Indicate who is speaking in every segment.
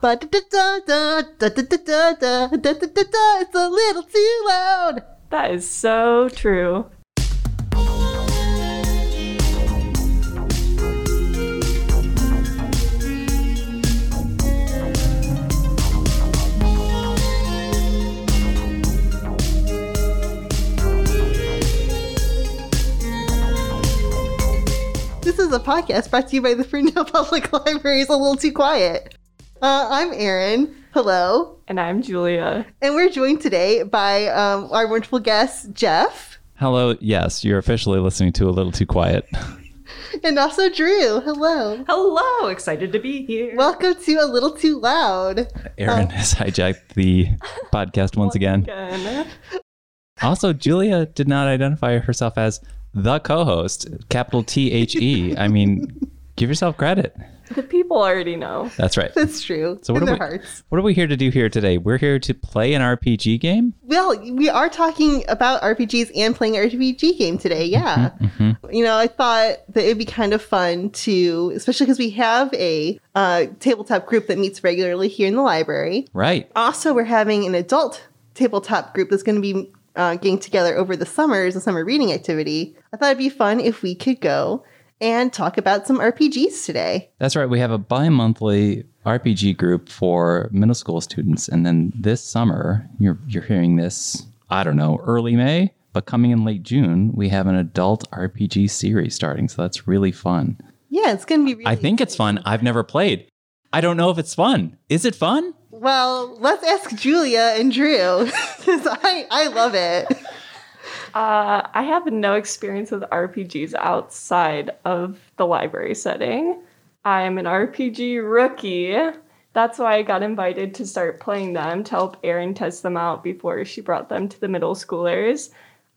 Speaker 1: But da da da da da da da da da da da da. It's a little too loud.
Speaker 2: That is so true.
Speaker 1: This is a podcast brought to you by the Fruitdale Public Library's A Little Too Quiet. Uh, I'm Erin. Hello.
Speaker 2: And I'm Julia.
Speaker 1: And we're joined today by um, our wonderful guest, Jeff,
Speaker 3: Hello. Yes, you're officially listening to a little too quiet.
Speaker 1: and also Drew. Hello.
Speaker 4: Hello, excited to be here.
Speaker 1: Welcome to A Little Too Loud.
Speaker 3: Aaron has hijacked the podcast Oh. once again.
Speaker 2: Again.
Speaker 3: Also, Julia did not identify herself as the co-host, capital T H E. I mean, give yourself credit.
Speaker 2: The people already know.
Speaker 3: That's right.
Speaker 1: That's true.
Speaker 3: So what
Speaker 1: In
Speaker 3: are
Speaker 1: their
Speaker 3: we-
Speaker 1: hearts.
Speaker 3: What are we here to do here today? We're here to play an RPG game.
Speaker 1: Well, we are talking about RPGs and playing an RPG game
Speaker 3: Mm-hmm,
Speaker 1: today. Yeah. You know, I thought that it'd be kind of fun to, especially because we have a uh, tabletop group that meets regularly here in the library.
Speaker 3: Right.
Speaker 1: Also, we're having an adult tabletop group that's going to be uh, getting together over the summer as a summer reading activity. I thought it'd be fun if we could go and talk about some RPGs today.
Speaker 3: That's right. We have a bi-monthly RPG group for middle school students, and then this summer, you're you're hearing this. I don't know, early May, but coming in late June, we have an adult RPG series starting. So that's really fun.
Speaker 1: Yeah, it's going to be really
Speaker 3: I think it's fun. I've never played. I don't know if it's fun. Is it fun?
Speaker 1: Well, let's ask Julia and Drew. 'Cause I, I love it.
Speaker 2: Uh, I have no experience with RPGs outside of the library setting. I'm an RPG rookie. That's why I got invited to start playing them to help Erin test them out before she brought them to the middle schoolers.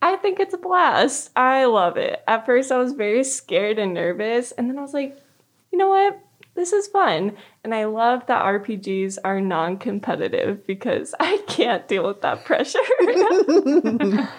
Speaker 2: I think it's a blast. I love it. At first, I was very scared and nervous, and then I was like, you know what? This is fun. And I love that RPGs are non competitive because I can't deal with that pressure.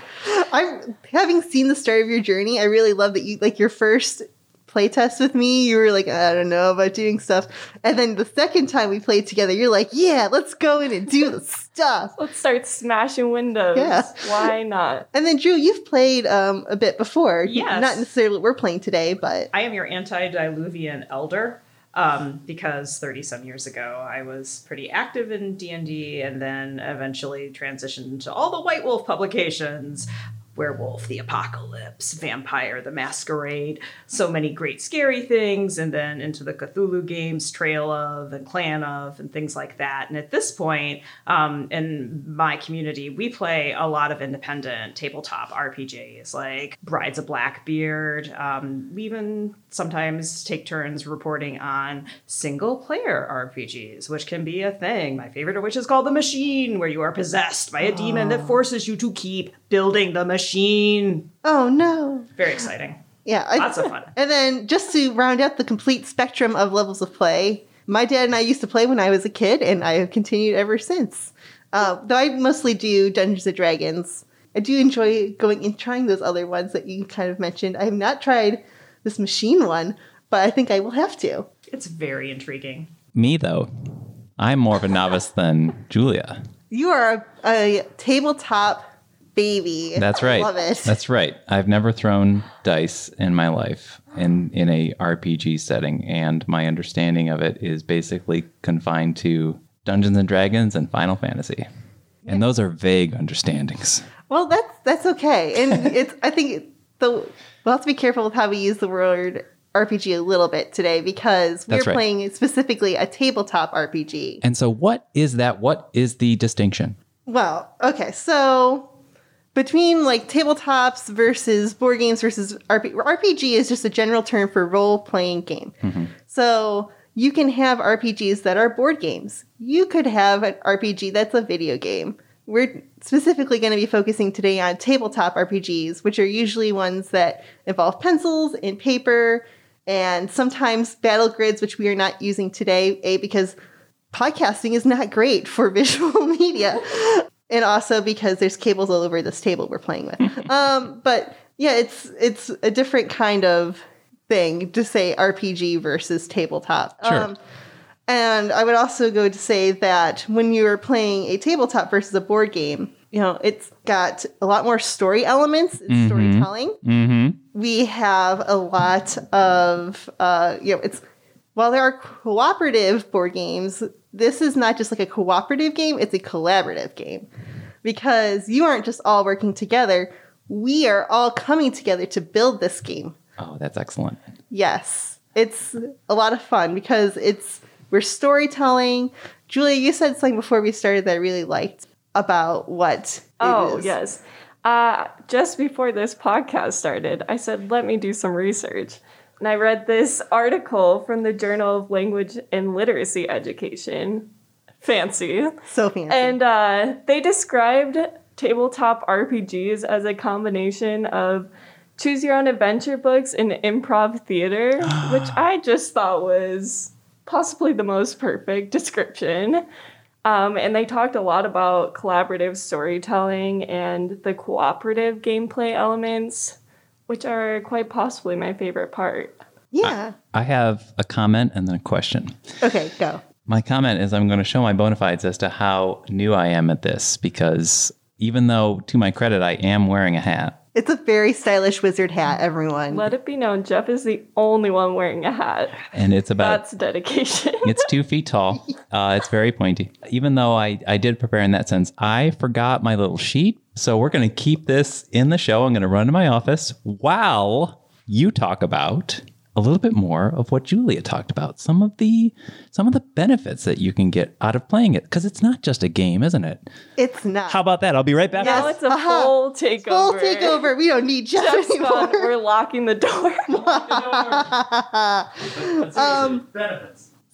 Speaker 1: I'm having seen the start of your journey. I really love that you like your first playtest with me. You were like, I don't know about doing stuff, and then the second time we played together, you're like, Yeah, let's go in and do the stuff.
Speaker 2: Let's start smashing windows.
Speaker 1: Yeah.
Speaker 2: Why not?
Speaker 1: And then Drew, you've played um, a bit before.
Speaker 4: Yes.
Speaker 1: Not necessarily what we're playing today, but
Speaker 4: I am your anti-diluvian elder um, because 30 some years ago I was pretty active in D&D and then eventually transitioned to all the White Wolf publications. Werewolf, the apocalypse, vampire, the masquerade, so many great scary things, and then into the Cthulhu games, Trail of and Clan of, and things like that. And at this point, um, in my community, we play a lot of independent tabletop RPGs like Brides of Blackbeard. Um, we even sometimes take turns reporting on single player RPGs, which can be a thing. My favorite of which is called The Machine, where you are possessed by a demon that forces you to keep building the machine.
Speaker 1: oh no.
Speaker 4: Very exciting.
Speaker 1: Yeah. I-
Speaker 4: Lots of fun.
Speaker 1: And then just to round out the complete spectrum of levels of play, my dad and I used to play when I was a kid, and I have continued ever since. Uh, though I mostly do Dungeons and Dragons. I do enjoy going and trying those other ones that you kind of mentioned. I have not tried this machine one, but I think I will have to.
Speaker 4: It's very intriguing.
Speaker 3: Me though, I'm more of a novice than Julia.
Speaker 1: You are a, a tabletop baby.
Speaker 3: That's right.
Speaker 1: I love it.
Speaker 3: That's right. I've never thrown dice in my life in in a RPG setting, and my understanding of it is basically confined to Dungeons and Dragons and Final Fantasy. And those are vague understandings.
Speaker 1: Well, that's that's okay, and it's. I think the we'll have to be careful with how we use the word RPG a little bit today because we're
Speaker 3: That's right.
Speaker 1: playing specifically a tabletop RPG.
Speaker 3: And so what is that? What is the distinction?
Speaker 1: Well, okay, so between like tabletops versus board games versus RP- RPG is just a general term for role playing game. So you can have RPGs that are board games. You could have an RPG that's a video game. We're specifically going to be focusing today on tabletop RPGs, which are usually ones that involve pencils and paper and sometimes battle grids, which we are not using today, A, because podcasting is not great for visual media and also because there's cables all over this table we're playing with um, but yeah it's it's a different kind of thing to say rpg versus tabletop
Speaker 3: Sure.
Speaker 1: um, And I would also go to say that when you are playing a tabletop versus a board game, you know, it's got a lot more story elements and storytelling.
Speaker 3: Mm-hmm.
Speaker 1: We have a lot of, uh, you know, it's while there are cooperative board games, this is not just like a cooperative game, it's a collaborative game because you aren't just all working together. We are all coming together to build this game.
Speaker 3: Oh, that's excellent.
Speaker 1: Yes, it's a lot of fun because it's we're storytelling. Julia, you said something before we started that I really liked about what. it
Speaker 2: Oh,
Speaker 1: is.
Speaker 2: yes. Uh, just before this podcast started, I said, let me do some research. And I read this article from the Journal of Language and Literacy Education. Fancy.
Speaker 1: so fancy.
Speaker 2: And uh, they described tabletop RPGs as a combination of choose your own adventure books and improv theater, which I just thought was possibly the most perfect description. Um, and they talked a lot about collaborative storytelling and the cooperative gameplay elements, which are quite possibly my favorite part.
Speaker 1: yeah.
Speaker 3: I have a comment and then a question.
Speaker 1: okay, go.
Speaker 3: My comment is I'm going to show my bona fides as to how new I am at this because even though, to my credit, I am wearing a hat.
Speaker 1: It's a very stylish wizard hat, everyone.
Speaker 2: Let it be known, Jeff is the only one wearing a hat.
Speaker 3: And it's about
Speaker 2: That's dedication.
Speaker 3: It's two feet tall. Uh, it's very pointy. Even though I, I did prepare in that sense, I forgot my little sheet. So we're going to keep this in the show. I'm going to run to my office while you talk about a little bit more of what Julia talked about. Some of the some of the benefits that you can get out of playing it because it's not just a game, isn't it?
Speaker 1: it's not.
Speaker 3: How about that? I'll be right back.
Speaker 2: Now
Speaker 1: Yes.
Speaker 2: it's a
Speaker 1: Aha.
Speaker 2: full takeover.
Speaker 1: Full takeover. We don't need Jeff
Speaker 2: Jeff's gone.
Speaker 1: anymore.
Speaker 2: We're locking the door.
Speaker 1: um,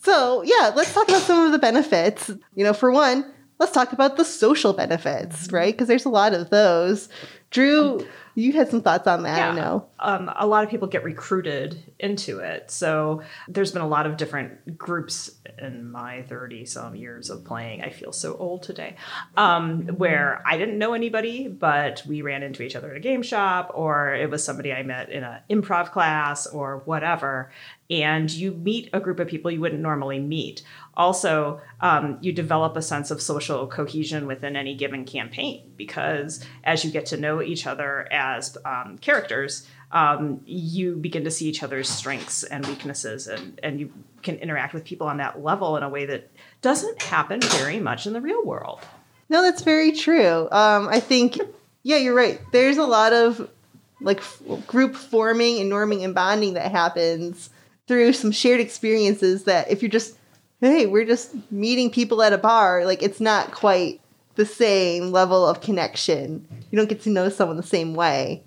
Speaker 1: so yeah, let's talk about some of the benefits. You know, for one, let's talk about the social benefits, right? Because there's a lot of those. Drew, you had some thoughts on that, I
Speaker 4: Yeah.
Speaker 1: know.
Speaker 4: um, a lot of people get recruited into it. So there's been a lot of different groups in my 30 some years of playing. I feel so old today, um, where I didn't know anybody, but we ran into each other at a game shop, or it was somebody I met in an improv class or whatever. And you meet a group of people you wouldn't normally meet. Also, um, you develop a sense of social cohesion within any given campaign because as you get to know each other as um, characters, um, you begin to see each other's strengths and weaknesses and, and you can interact with people on that level in a way that doesn't happen very much in the real world
Speaker 1: No, that's very true. Um, I think, yeah, you're right. There's a lot of like f- group forming and norming and bonding that happens through some shared experiences that if you're just, hey, we're just meeting people at a bar, like it's not quite the same level of connection. You don't get to know someone the same way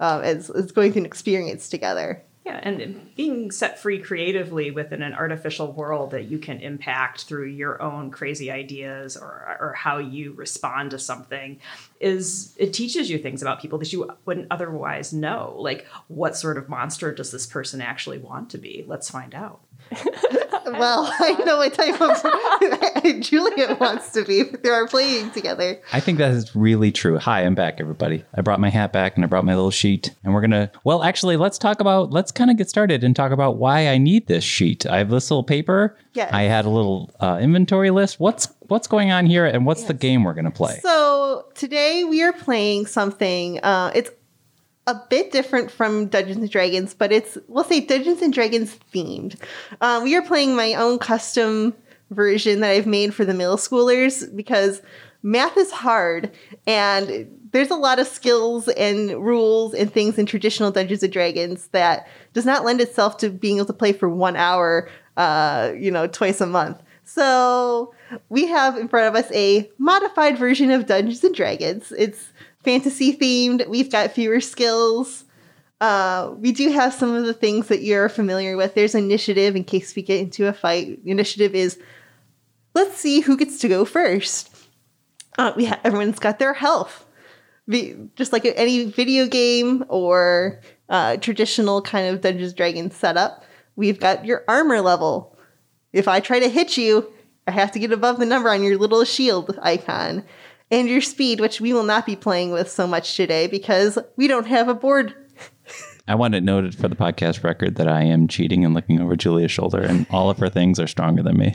Speaker 1: um, as, as going through an experience together.
Speaker 4: yeah and being set free creatively within an artificial world that you can impact through your own crazy ideas or, or how you respond to something is it teaches you things about people that you wouldn't otherwise know like what sort of monster does this person actually want to be let's find out
Speaker 1: Well, I know what type of Juliet wants to be through our playing together.
Speaker 3: I think that is really true. Hi, I'm back, everybody. I brought my hat back and I brought my little sheet. And we're going to, well, actually, let's talk about, let's kind of get started and talk about why I need this sheet. I have this little paper.
Speaker 1: Yes.
Speaker 3: I had a little uh, inventory list. What's, what's going on here and what's the game we're going to play?
Speaker 1: So today we are playing something. Uh, it's a bit different from Dungeons and Dragons, but it's we'll say Dungeons and Dragons themed. Uh, we are playing my own custom version that I've made for the middle schoolers because math is hard and there's a lot of skills and rules and things in traditional Dungeons and Dragons that does not lend itself to being able to play for one hour, uh, you know, twice a month. So we have in front of us a modified version of Dungeons and Dragons. It's fantasy themed. We've got fewer skills. Uh, we do have some of the things that you're familiar with. There's initiative in case we get into a fight. Initiative is let's see who gets to go first. Uh, we ha- everyone's got their health, Vi- just like any video game or uh, traditional kind of Dungeons and Dragons setup. We've got your armor level, if I try to hit you, I have to get above the number on your little shield icon. And your speed, which we will not be playing with so much today because we don't have a board
Speaker 3: I want it noted for the podcast record that I am cheating and looking over Julia's shoulder, and all of her things are stronger than me.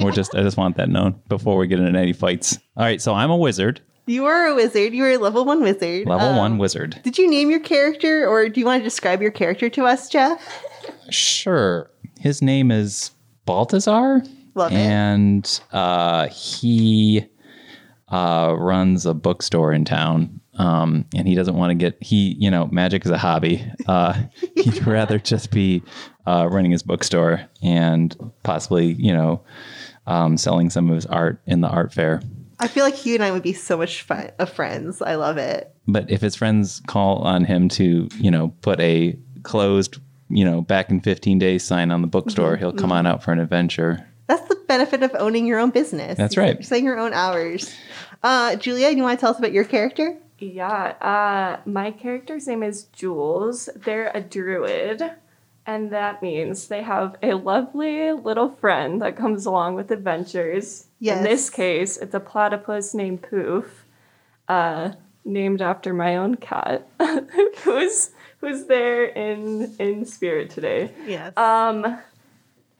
Speaker 3: We're just, I just want that known before we get into any fights. All right, so I'm a wizard,
Speaker 1: You are a wizard. You are a level one wizard.
Speaker 3: level
Speaker 1: Um,
Speaker 3: one wizard.
Speaker 1: Did you name your character, or do you want to describe your character to us, Jeff?
Speaker 3: Sure. His name is Baltazar,
Speaker 1: Love it.
Speaker 3: and uh, he uh, runs a bookstore in town. Um, and he doesn't want to get he you know magic is a hobby. Uh, he'd rather just be uh, running his bookstore and possibly you know um, selling some of his art in the art fair.
Speaker 1: I feel like you and I would be so much fun of friends. I love it.
Speaker 3: But if his friends call on him to you know put a closed you know back in 15 days sign on the
Speaker 1: Mm-hmm.
Speaker 3: bookstore, he'll come on out for an adventure.
Speaker 1: That's the benefit of owning your own business.
Speaker 3: That's
Speaker 1: You're
Speaker 3: right.
Speaker 1: Setting your own hours. Uh, Julia, you want to tell us about your character?
Speaker 2: Yeah, uh, my character's name is Jules. They're a druid, and that means they have a lovely little friend that comes along with adventures.
Speaker 1: Yes.
Speaker 2: In this case, it's a platypus named Poof, uh, named after my own cat, who's who's there in in spirit today.
Speaker 1: Yes.
Speaker 2: Um,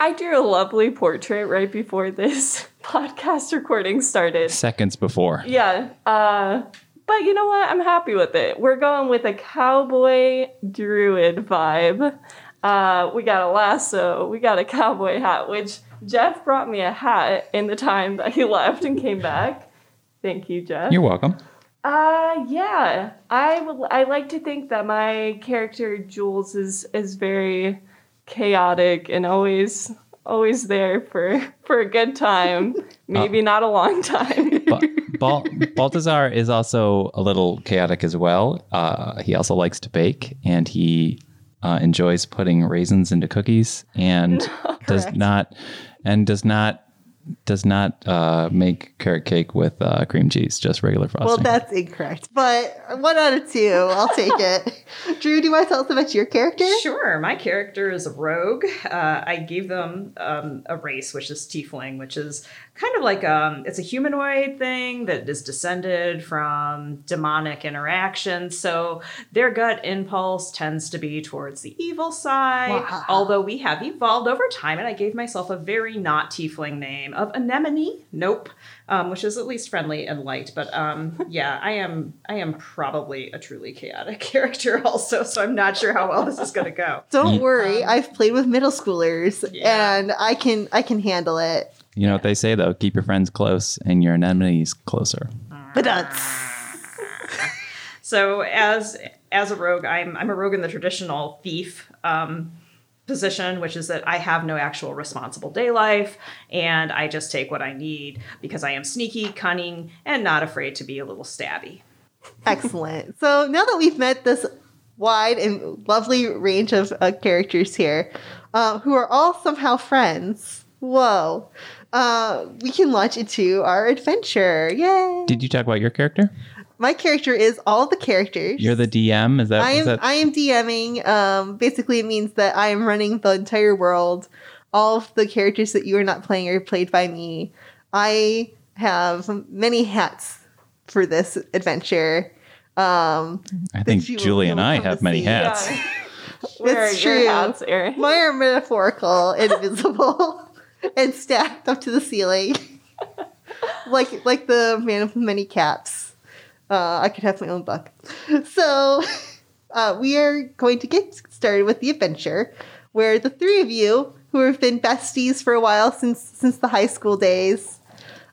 Speaker 2: I drew a lovely portrait right before this podcast recording started.
Speaker 3: Seconds before.
Speaker 2: Yeah. Uh, but you know what? I'm happy with it. We're going with a cowboy druid vibe. Uh, we got a lasso. We got a cowboy hat, which Jeff brought me a hat in the time that he left and came back. Thank you, Jeff.
Speaker 3: You're welcome.
Speaker 2: Uh yeah. I will I like to think that my character Jules is is very chaotic and always always there for for a good time. Maybe not a long time.
Speaker 3: Ba- Bal- Baltazar is also a little chaotic as well. Uh, he also likes to bake and he uh, enjoys putting raisins into cookies and does
Speaker 1: Correct.
Speaker 3: not and does not does not uh, make carrot cake with uh, cream cheese, just regular frosting.
Speaker 1: well, that's incorrect, but one out of two. I'll take it. Drew, do you want to tell us about your character?
Speaker 4: Sure. My character is a rogue. Uh, I gave them um, a race, which is Tiefling, which is kind of like um, it's a humanoid thing that is descended from demonic interaction. So their gut impulse tends to be towards the evil side.
Speaker 1: Wow.
Speaker 4: Although we have evolved over time, and I gave myself a very not Tiefling name of Anemone. Nope. Um, which is at least friendly and light, but um, yeah, I am I am probably a truly chaotic character also, so I'm not sure how well this is going to go.
Speaker 1: Don't
Speaker 3: Yeah.
Speaker 1: worry, I've played with middle schoolers,
Speaker 4: Yeah.
Speaker 1: and I can I can handle it.
Speaker 3: you know what they say though: keep your friends close and your enemies closer.
Speaker 1: But that's
Speaker 4: So as as a rogue, I'm I'm a rogue in the traditional thief um, position, which is that I have no actual responsible day life, and I just take what I need because I am sneaky, cunning, and not afraid to be a little stabby.
Speaker 1: excellent. So now that we've met this wide and lovely range of uh, characters here, uh, who are all somehow friends, whoa, uh, we can launch into our adventure. Yay!
Speaker 3: Did you talk about your character?
Speaker 1: My character is all the characters.
Speaker 3: You're the DM. Is that?
Speaker 1: I
Speaker 3: is
Speaker 1: am
Speaker 3: that
Speaker 1: I am DMing. Um, basically, it means that I am running the entire world. All of the characters that you are not playing are played by me. I have many hats for this adventure. Um,
Speaker 3: I think
Speaker 1: you will-
Speaker 3: Julie
Speaker 1: you
Speaker 3: and
Speaker 1: will
Speaker 3: I
Speaker 1: come to
Speaker 3: have many
Speaker 1: see.
Speaker 3: hats.
Speaker 2: Yeah. Where
Speaker 1: It's
Speaker 2: are
Speaker 1: true.
Speaker 2: your hats, Erin?
Speaker 1: mine are metaphorical, invisible, and stacked up to the ceiling, like like the man with many caps. Uh, I could have my own book. So, uh, we are going to get started with the adventure, where the three of you who have been besties for a while since since the high school days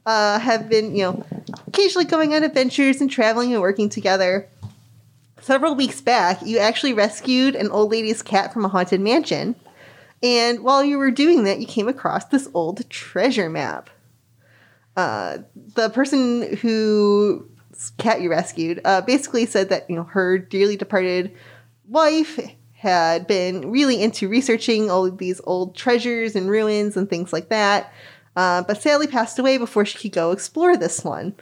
Speaker 1: uh, have been you know occasionally going on adventures and traveling and working together. Several weeks back, you actually rescued an old lady's cat from a haunted mansion. And while you were doing that, you came across this old treasure map. Uh, the person whose cat you rescued uh, basically said that you know her dearly departed wife had been really into researching all of these old treasures and ruins and things like that, uh, but sadly passed away before she could go explore this one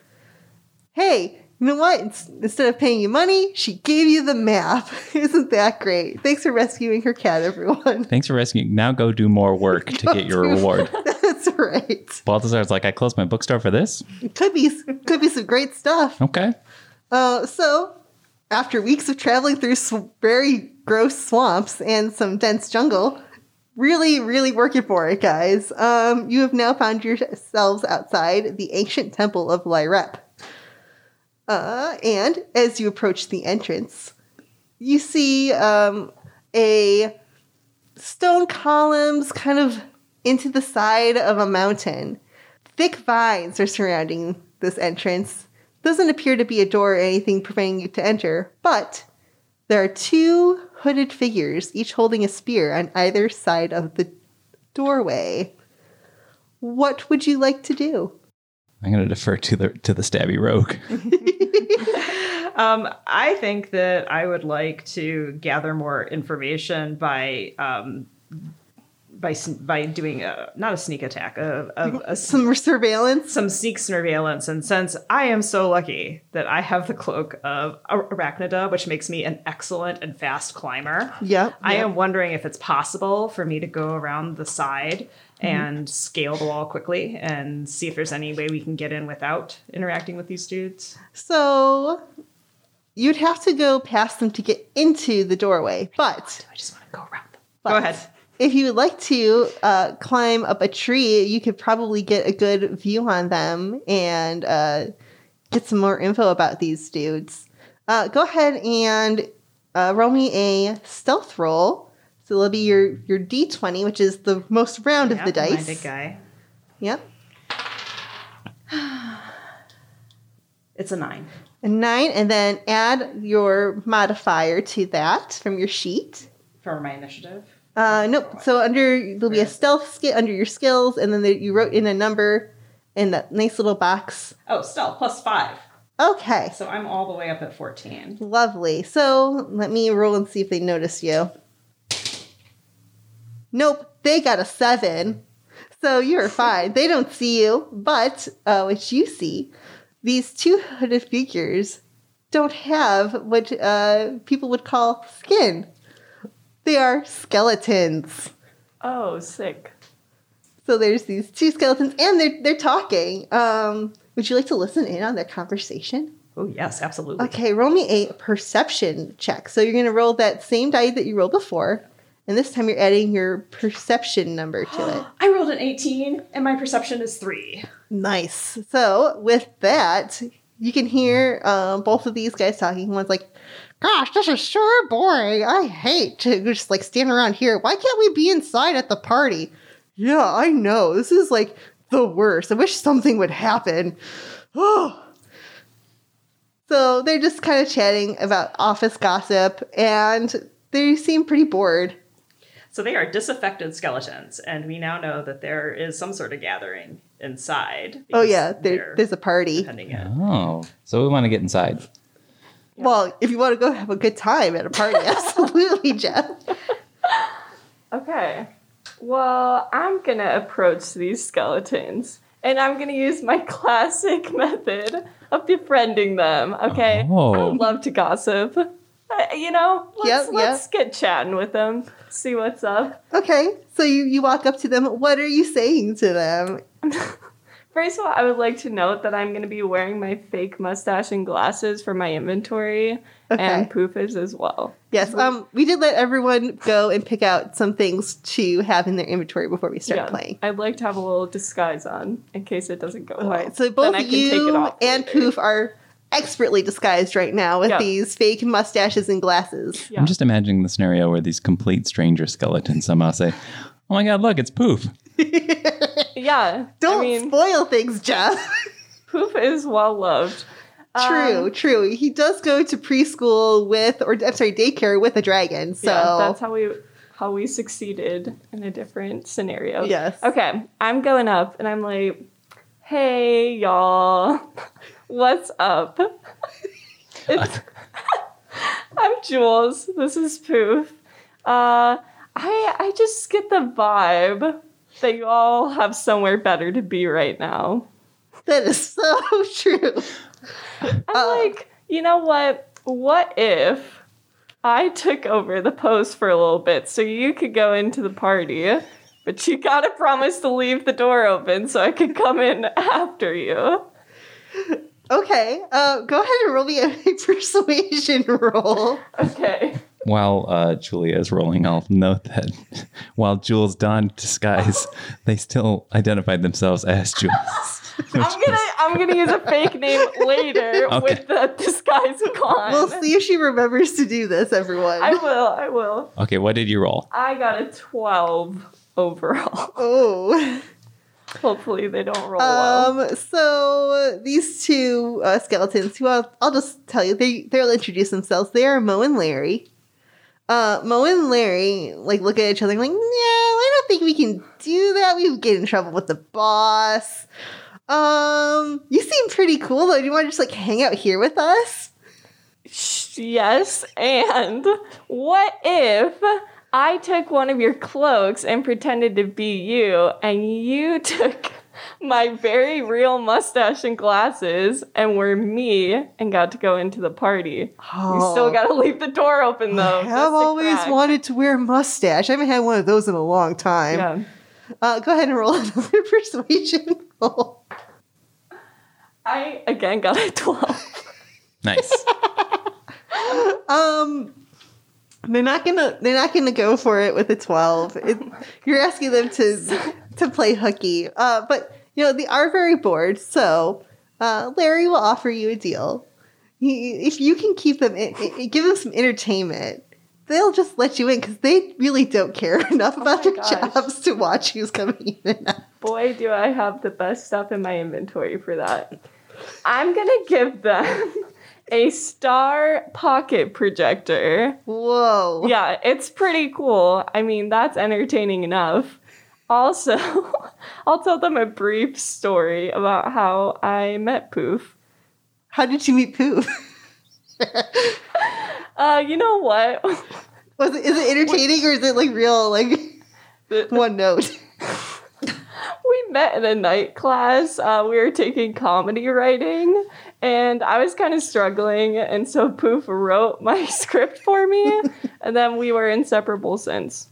Speaker 1: hey, you know what? Ins- Instead of paying you money, she gave you the map. Isn't that great? Thanks for rescuing her cat, everyone.
Speaker 3: Thanks for rescuing. Now go do more work to get your reward.
Speaker 1: That's right.
Speaker 3: Baltazar's like, I closed my bookstore for this.
Speaker 1: It could be could be some great stuff.
Speaker 3: Okay.
Speaker 1: Uh, so, after weeks of traveling through s- very gross swamps and some dense jungle. Really, really work it for it, guys. Um, you have now found yourselves outside the ancient temple of Lyrep. Uh, and as you approach the entrance, you see um, a stone columns kind of into the side of a mountain. Thick vines are surrounding this entrance. Doesn't appear to be a door or anything preventing you to enter, but there are two hooded figures, each holding a spear on either side of the doorway. What would you like to do?
Speaker 3: I'm going to defer to the to the stabby rogue.
Speaker 4: Um, I think that I would like to gather more information by um, by s- by doing a not a sneak attack, a, a, a s-
Speaker 1: Some surveillance?
Speaker 4: some sneak surveillance. And since I am so lucky that I have the cloak of Ar- Arachnida, which makes me an excellent and fast climber,
Speaker 1: Yep.
Speaker 4: I
Speaker 1: yep.
Speaker 4: am wondering if it's possible for me to go around the side. And scale the wall quickly and see if there's any way we can get in without interacting with these dudes.
Speaker 1: So you'd have to go past them to get into the doorway, but
Speaker 4: I just want to go around them.
Speaker 1: But
Speaker 4: Go ahead.
Speaker 1: If you would like to uh, climb up a tree, you could probably get a good view on them and uh, get some more info about these dudes. Uh, go ahead and uh, roll me a stealth roll. So it'll be your, your d20, which is the most round of the
Speaker 4: Yeah,
Speaker 1: dice.
Speaker 4: minded guy.
Speaker 1: Yep.
Speaker 4: It's a nine.
Speaker 1: A nine, and then add your modifier to that from your sheet.
Speaker 4: for my initiative.
Speaker 1: Uh, nope. So under there'll be a stealth skill under your skills, and then there, you wrote in a number in that nice little box.
Speaker 4: Oh, stealth plus five.
Speaker 1: Okay,
Speaker 4: So I'm all the way up at 14.
Speaker 1: lovely. So let me roll and see if they notice you. Nope, they got a seven. So you're fine. They don't see you, but uh, what you see, these two hooded figures don't have what uh, people would call skin. They are skeletons.
Speaker 2: Oh, sick.
Speaker 1: So there's these two skeletons, and they're they're talking. Um, would you like to listen in on their conversation?
Speaker 4: Oh, yes, absolutely.
Speaker 1: Okay, roll me a perception check. So you're gonna roll that same die that you rolled before, and this time you're adding your perception number to it.
Speaker 4: I rolled an 18 and my perception is three.
Speaker 1: Nice. So with that, you can hear um, both of these guys talking. One's like, "Gosh, this is sure boring. I hate to just like stand around here. Why can't we be inside at the party?" Yeah, I know. This is like the worst. I wish something would happen. Oh. So they're just kind of chatting about office gossip, and they seem pretty bored.
Speaker 4: So they are disaffected skeletons, and we now know that there is some sort of gathering inside.
Speaker 1: Oh yeah,
Speaker 4: because
Speaker 1: there, there's a party.
Speaker 4: attending it.
Speaker 3: Oh, so we want to get inside.
Speaker 1: Well, if you want to go have a good time at a party, absolutely, Jeff.
Speaker 2: Okay. Well, I'm gonna approach these skeletons and I'm gonna use my classic method of befriending them. Okay. I
Speaker 3: Oh.
Speaker 2: love to gossip. Uh, you know, let's,
Speaker 1: Yep,
Speaker 2: let's get chatting with them, see what's up.
Speaker 1: Okay, so you, you walk up to them. What are you saying to them?
Speaker 2: First of all, I would like to note that I'm gonna be wearing my fake mustache and glasses for my inventory
Speaker 1: Okay.
Speaker 2: and poofers as well.
Speaker 1: Yes, um, we did let everyone go and pick out some things to have in their inventory before we start
Speaker 2: Yeah,
Speaker 1: playing.
Speaker 2: I'd like to have a little disguise on in case it doesn't go
Speaker 1: All
Speaker 2: well.
Speaker 1: right, so
Speaker 2: Oh, Then
Speaker 1: both
Speaker 2: I can take it
Speaker 1: you
Speaker 2: off
Speaker 1: and
Speaker 2: later.
Speaker 1: Poof are expertly disguised right now with
Speaker 2: Yeah.
Speaker 1: these fake mustaches and glasses.
Speaker 2: Yeah.
Speaker 3: I'm just imagining the scenario where these complete stranger skeletons somehow say, "Oh my God, look, it's Poof."
Speaker 2: yeah.
Speaker 1: Don't
Speaker 2: I mean,
Speaker 1: spoil things, Jeff.
Speaker 2: Poof is well loved.
Speaker 1: true,
Speaker 2: Um,
Speaker 1: true. He does go to preschool with, or I'm sorry, daycare with a dragon. So
Speaker 2: yeah, that's how we how we succeeded in a different scenario.
Speaker 1: Yes.
Speaker 2: Okay, I'm going up and I'm like, "Hey y'all, what's up?" It's- I'm Jules. This is Poof. Uh, I I just get the vibe that you all have somewhere better to be right now.
Speaker 1: that is so true.
Speaker 2: I'm
Speaker 1: Uh,
Speaker 2: like, you know what? What if I took over the post for a little bit so you could go into the party, but you gotta promise to leave the door open so I could come in after you.
Speaker 1: Okay, uh, go ahead and roll me a persuasion roll.
Speaker 2: Okay.
Speaker 3: while uh, Julia is rolling, I'll note that while Jules donned disguise, they still identified themselves as Jules.
Speaker 2: I'm gonna I'm gonna use a fake name later
Speaker 3: Okay.
Speaker 2: with the disguise gone.
Speaker 1: We'll see if she remembers to do this, everyone.
Speaker 2: I will. I will.
Speaker 3: Okay, what did you roll?
Speaker 2: I got a 12 overall.
Speaker 1: oh.
Speaker 2: Hopefully they don't roll low.
Speaker 1: Um, so these two uh, skeletons, who I'll, I'll just tell you, they they'll introduce themselves. They are Mo and Larry. Uh, Mo and Larry like look at each other like, no, I don't think we can do that. We would get in trouble with the boss. Um, you seem pretty cool though. Do you want to just like hang out here with us?
Speaker 2: Sh- Yes, and what if I took one of your cloaks and pretended to be you, and you took my very real mustache and glasses and were me and got to go into the party? You still gotta leave the door open
Speaker 1: Oh.
Speaker 2: though.
Speaker 1: I
Speaker 2: just
Speaker 1: have
Speaker 2: to
Speaker 1: always
Speaker 2: crack.
Speaker 1: wanted to wear a mustache. I haven't had one of those in a long time.
Speaker 2: Yeah.
Speaker 1: Uh, go ahead and roll another persuasion roll.
Speaker 2: I again got a 12.
Speaker 3: Nice.
Speaker 1: Um, they're not gonna they're not gonna go for it with a twelve. It, you're asking them to to play hooky, uh, but you know they are very bored. So uh, Larry will offer you a deal. He, if you can keep them, in, i- i- give them some entertainment. They'll just let you in because they really don't care enough about their
Speaker 2: Oh gosh.
Speaker 1: jobs to watch who's coming in. and out.
Speaker 2: Boy, do I have the best stuff in my inventory for that. I'm gonna give them a star pocket projector.
Speaker 1: Whoa!
Speaker 2: Yeah, it's pretty cool. I mean, that's entertaining enough. Also, I'll tell them a brief story about how I met Poof.
Speaker 1: How did you meet Pooh?
Speaker 2: Uh, you know what?
Speaker 1: Was it, is it entertaining or is it like real? Like one note.
Speaker 2: We met in a night class. Uh, we were taking comedy writing, and I was kind of struggling. And so Poof wrote my script for me, and then we were inseparable since.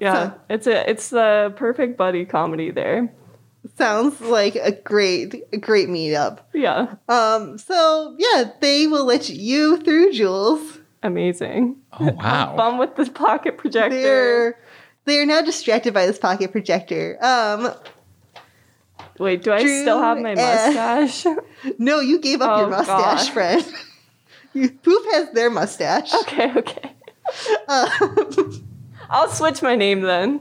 Speaker 2: Yeah,
Speaker 1: Huh.
Speaker 2: it's a it's the perfect buddy comedy there.
Speaker 1: Sounds like a great, a great meetup.
Speaker 2: Yeah,
Speaker 1: Um, so yeah, they will let you through, Jules.
Speaker 2: amazing.
Speaker 3: Oh wow.
Speaker 2: Fun with the pocket projector.
Speaker 1: They're they are now distracted by this pocket projector. Um,
Speaker 2: Wait, do I
Speaker 1: Drew
Speaker 2: still have my
Speaker 1: and-
Speaker 2: mustache?
Speaker 1: no, you gave up your
Speaker 2: Oh,
Speaker 1: mustache,
Speaker 2: God.
Speaker 1: friend. You, Poop has their mustache.
Speaker 2: okay, okay.
Speaker 1: Um,
Speaker 2: I'll switch my name then.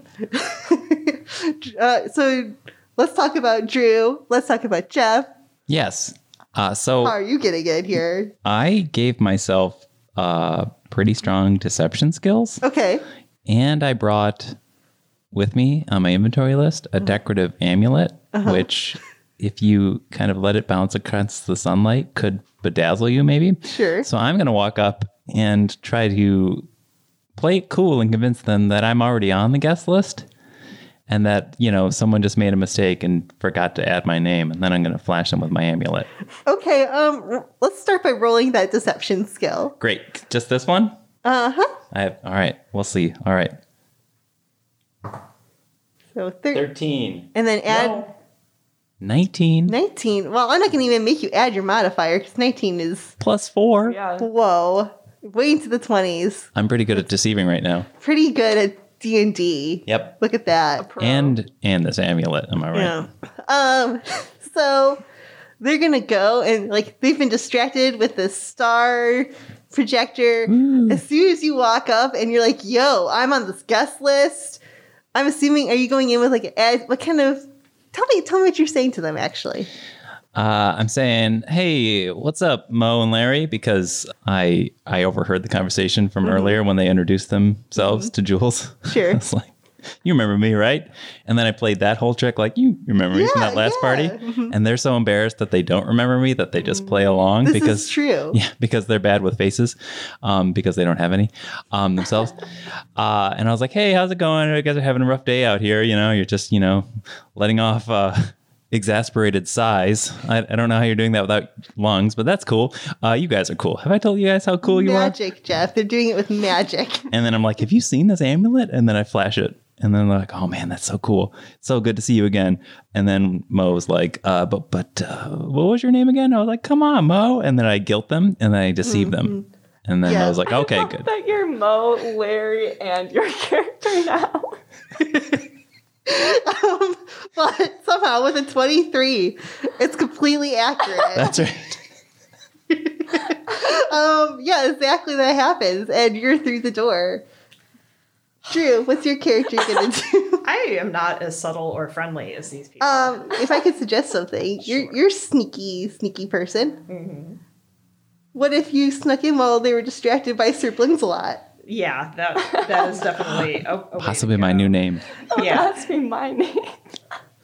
Speaker 1: uh, so let's talk about Drew. Let's talk about Jeff.
Speaker 3: Yes. Uh,
Speaker 1: How
Speaker 3: so
Speaker 1: are you getting in here?
Speaker 3: I gave myself uh, pretty strong deception skills,
Speaker 1: Okay.
Speaker 3: and I brought with me on my inventory list a decorative amulet, which, if you kind of let it bounce against the sunlight, could bedazzle you maybe.
Speaker 1: Sure.
Speaker 3: So I'm going to walk up and try to play it cool and convince them that I'm already on the guest list and that, you know, someone just made a mistake and forgot to add my name. And then I'm going to flash them with my amulet.
Speaker 1: Okay. Um, r- let's start by rolling that deception skill.
Speaker 3: Great. Just this one?
Speaker 1: Uh huh.
Speaker 3: I have. All right. We'll see. All right.
Speaker 1: So thirteen,
Speaker 3: 13.
Speaker 1: and then add.
Speaker 3: 19
Speaker 1: 19. Well, I'm not going to even make you add your modifier because 19 is,
Speaker 3: plus 4.
Speaker 2: Yeah.
Speaker 1: whoa, way into the 20s.
Speaker 3: I'm pretty good at deceiving right now.
Speaker 1: Pretty good at D&D.
Speaker 3: Yep.
Speaker 1: Look at that.
Speaker 2: pro.
Speaker 3: And and this amulet, am I right?
Speaker 1: Yeah. Um, so they're going to go and, like, they've been distracted with the star projector.
Speaker 3: Hmm.
Speaker 1: As soon as you walk up and you're like, yo, I'm on this guest list. I'm assuming, are you going in with, like, an ad? What kind of, tell me, tell me what you're saying to them, actually.
Speaker 3: Uh, I'm saying, hey, what's up, Mo and Larry? Because I I overheard the conversation from earlier when they introduced themselves to Jules.
Speaker 1: Mm-hmm. Sure.
Speaker 3: it's like, you remember me, right? And then I played that whole trick, like you remember me from
Speaker 1: Yeah,
Speaker 3: that last
Speaker 1: yeah. Mm-hmm.
Speaker 3: party. And they're so embarrassed that they don't remember me that they just play along
Speaker 1: Mm. This
Speaker 3: because
Speaker 1: is true.
Speaker 3: yeah, because they're bad with faces, um, because they don't have any um, themselves. uh, and I was like, hey, how's it going? You guys are having a rough day out here. You know, you're just, you know, letting off uh, exasperated sighs. I, I don't know how you're doing that without lungs, but that's cool. Uh, you guys are cool. Have I told you guys how cool you are?
Speaker 1: magic, Jeff. They're doing it with magic.
Speaker 3: And then I'm like, have you seen this amulet? And then I flash it. And then they're like, oh man, that's so cool. So good to see you again. And then Mo was like, uh, but but uh, what was your name again? I was like, come on, Mo. And then I guilt them and then I deceive them.
Speaker 2: Mm-hmm.
Speaker 3: And then I
Speaker 1: Yeah.
Speaker 3: was like, okay, good.
Speaker 2: That you're Mo, Larry, and your character now.
Speaker 1: um, but somehow with a 23, it's completely accurate.
Speaker 3: That's right.
Speaker 1: um, yeah, exactly that happens, and you're through the door. Drew, what's your character gonna do?
Speaker 4: I am not as subtle or friendly as these people.
Speaker 1: Um, if I could suggest something, you're you're a sneaky, sneaky person.
Speaker 4: Mhm.
Speaker 1: What if you snuck in while they were distracted by Sir Blinzelot?
Speaker 4: Yeah, that that is definitely a, a way
Speaker 3: Possibly
Speaker 4: to
Speaker 3: my
Speaker 4: go.
Speaker 3: new name.
Speaker 4: Yeah.
Speaker 2: That's me, my name.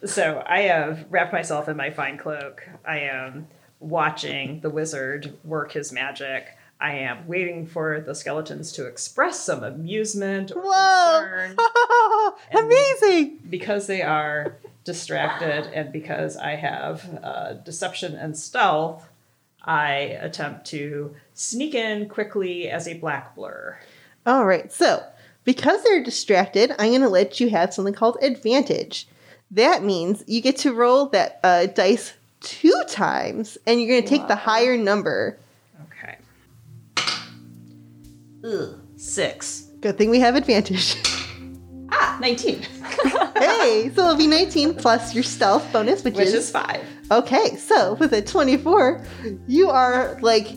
Speaker 4: So I have wrapped myself in my fine cloak. I am watching the wizard work his magic. I am waiting for the skeletons to express some amusement or concern
Speaker 1: Whoa! Amazing!
Speaker 4: because they are distracted and because I have uh, deception and stealth. I attempt to sneak in quickly as a black blur.
Speaker 1: All right, so because they're distracted, I'm going to let you have something called advantage. That means you get to roll that uh, dice two times, and you're going to take the higher number.
Speaker 4: Okay. Ugh, six.
Speaker 1: Good thing we have advantage.
Speaker 4: Ah, 19,
Speaker 1: hey, so it'll be 19 plus your stealth bonus, which,
Speaker 4: which
Speaker 1: is,
Speaker 4: is five.
Speaker 1: okay. So with a 24, you are like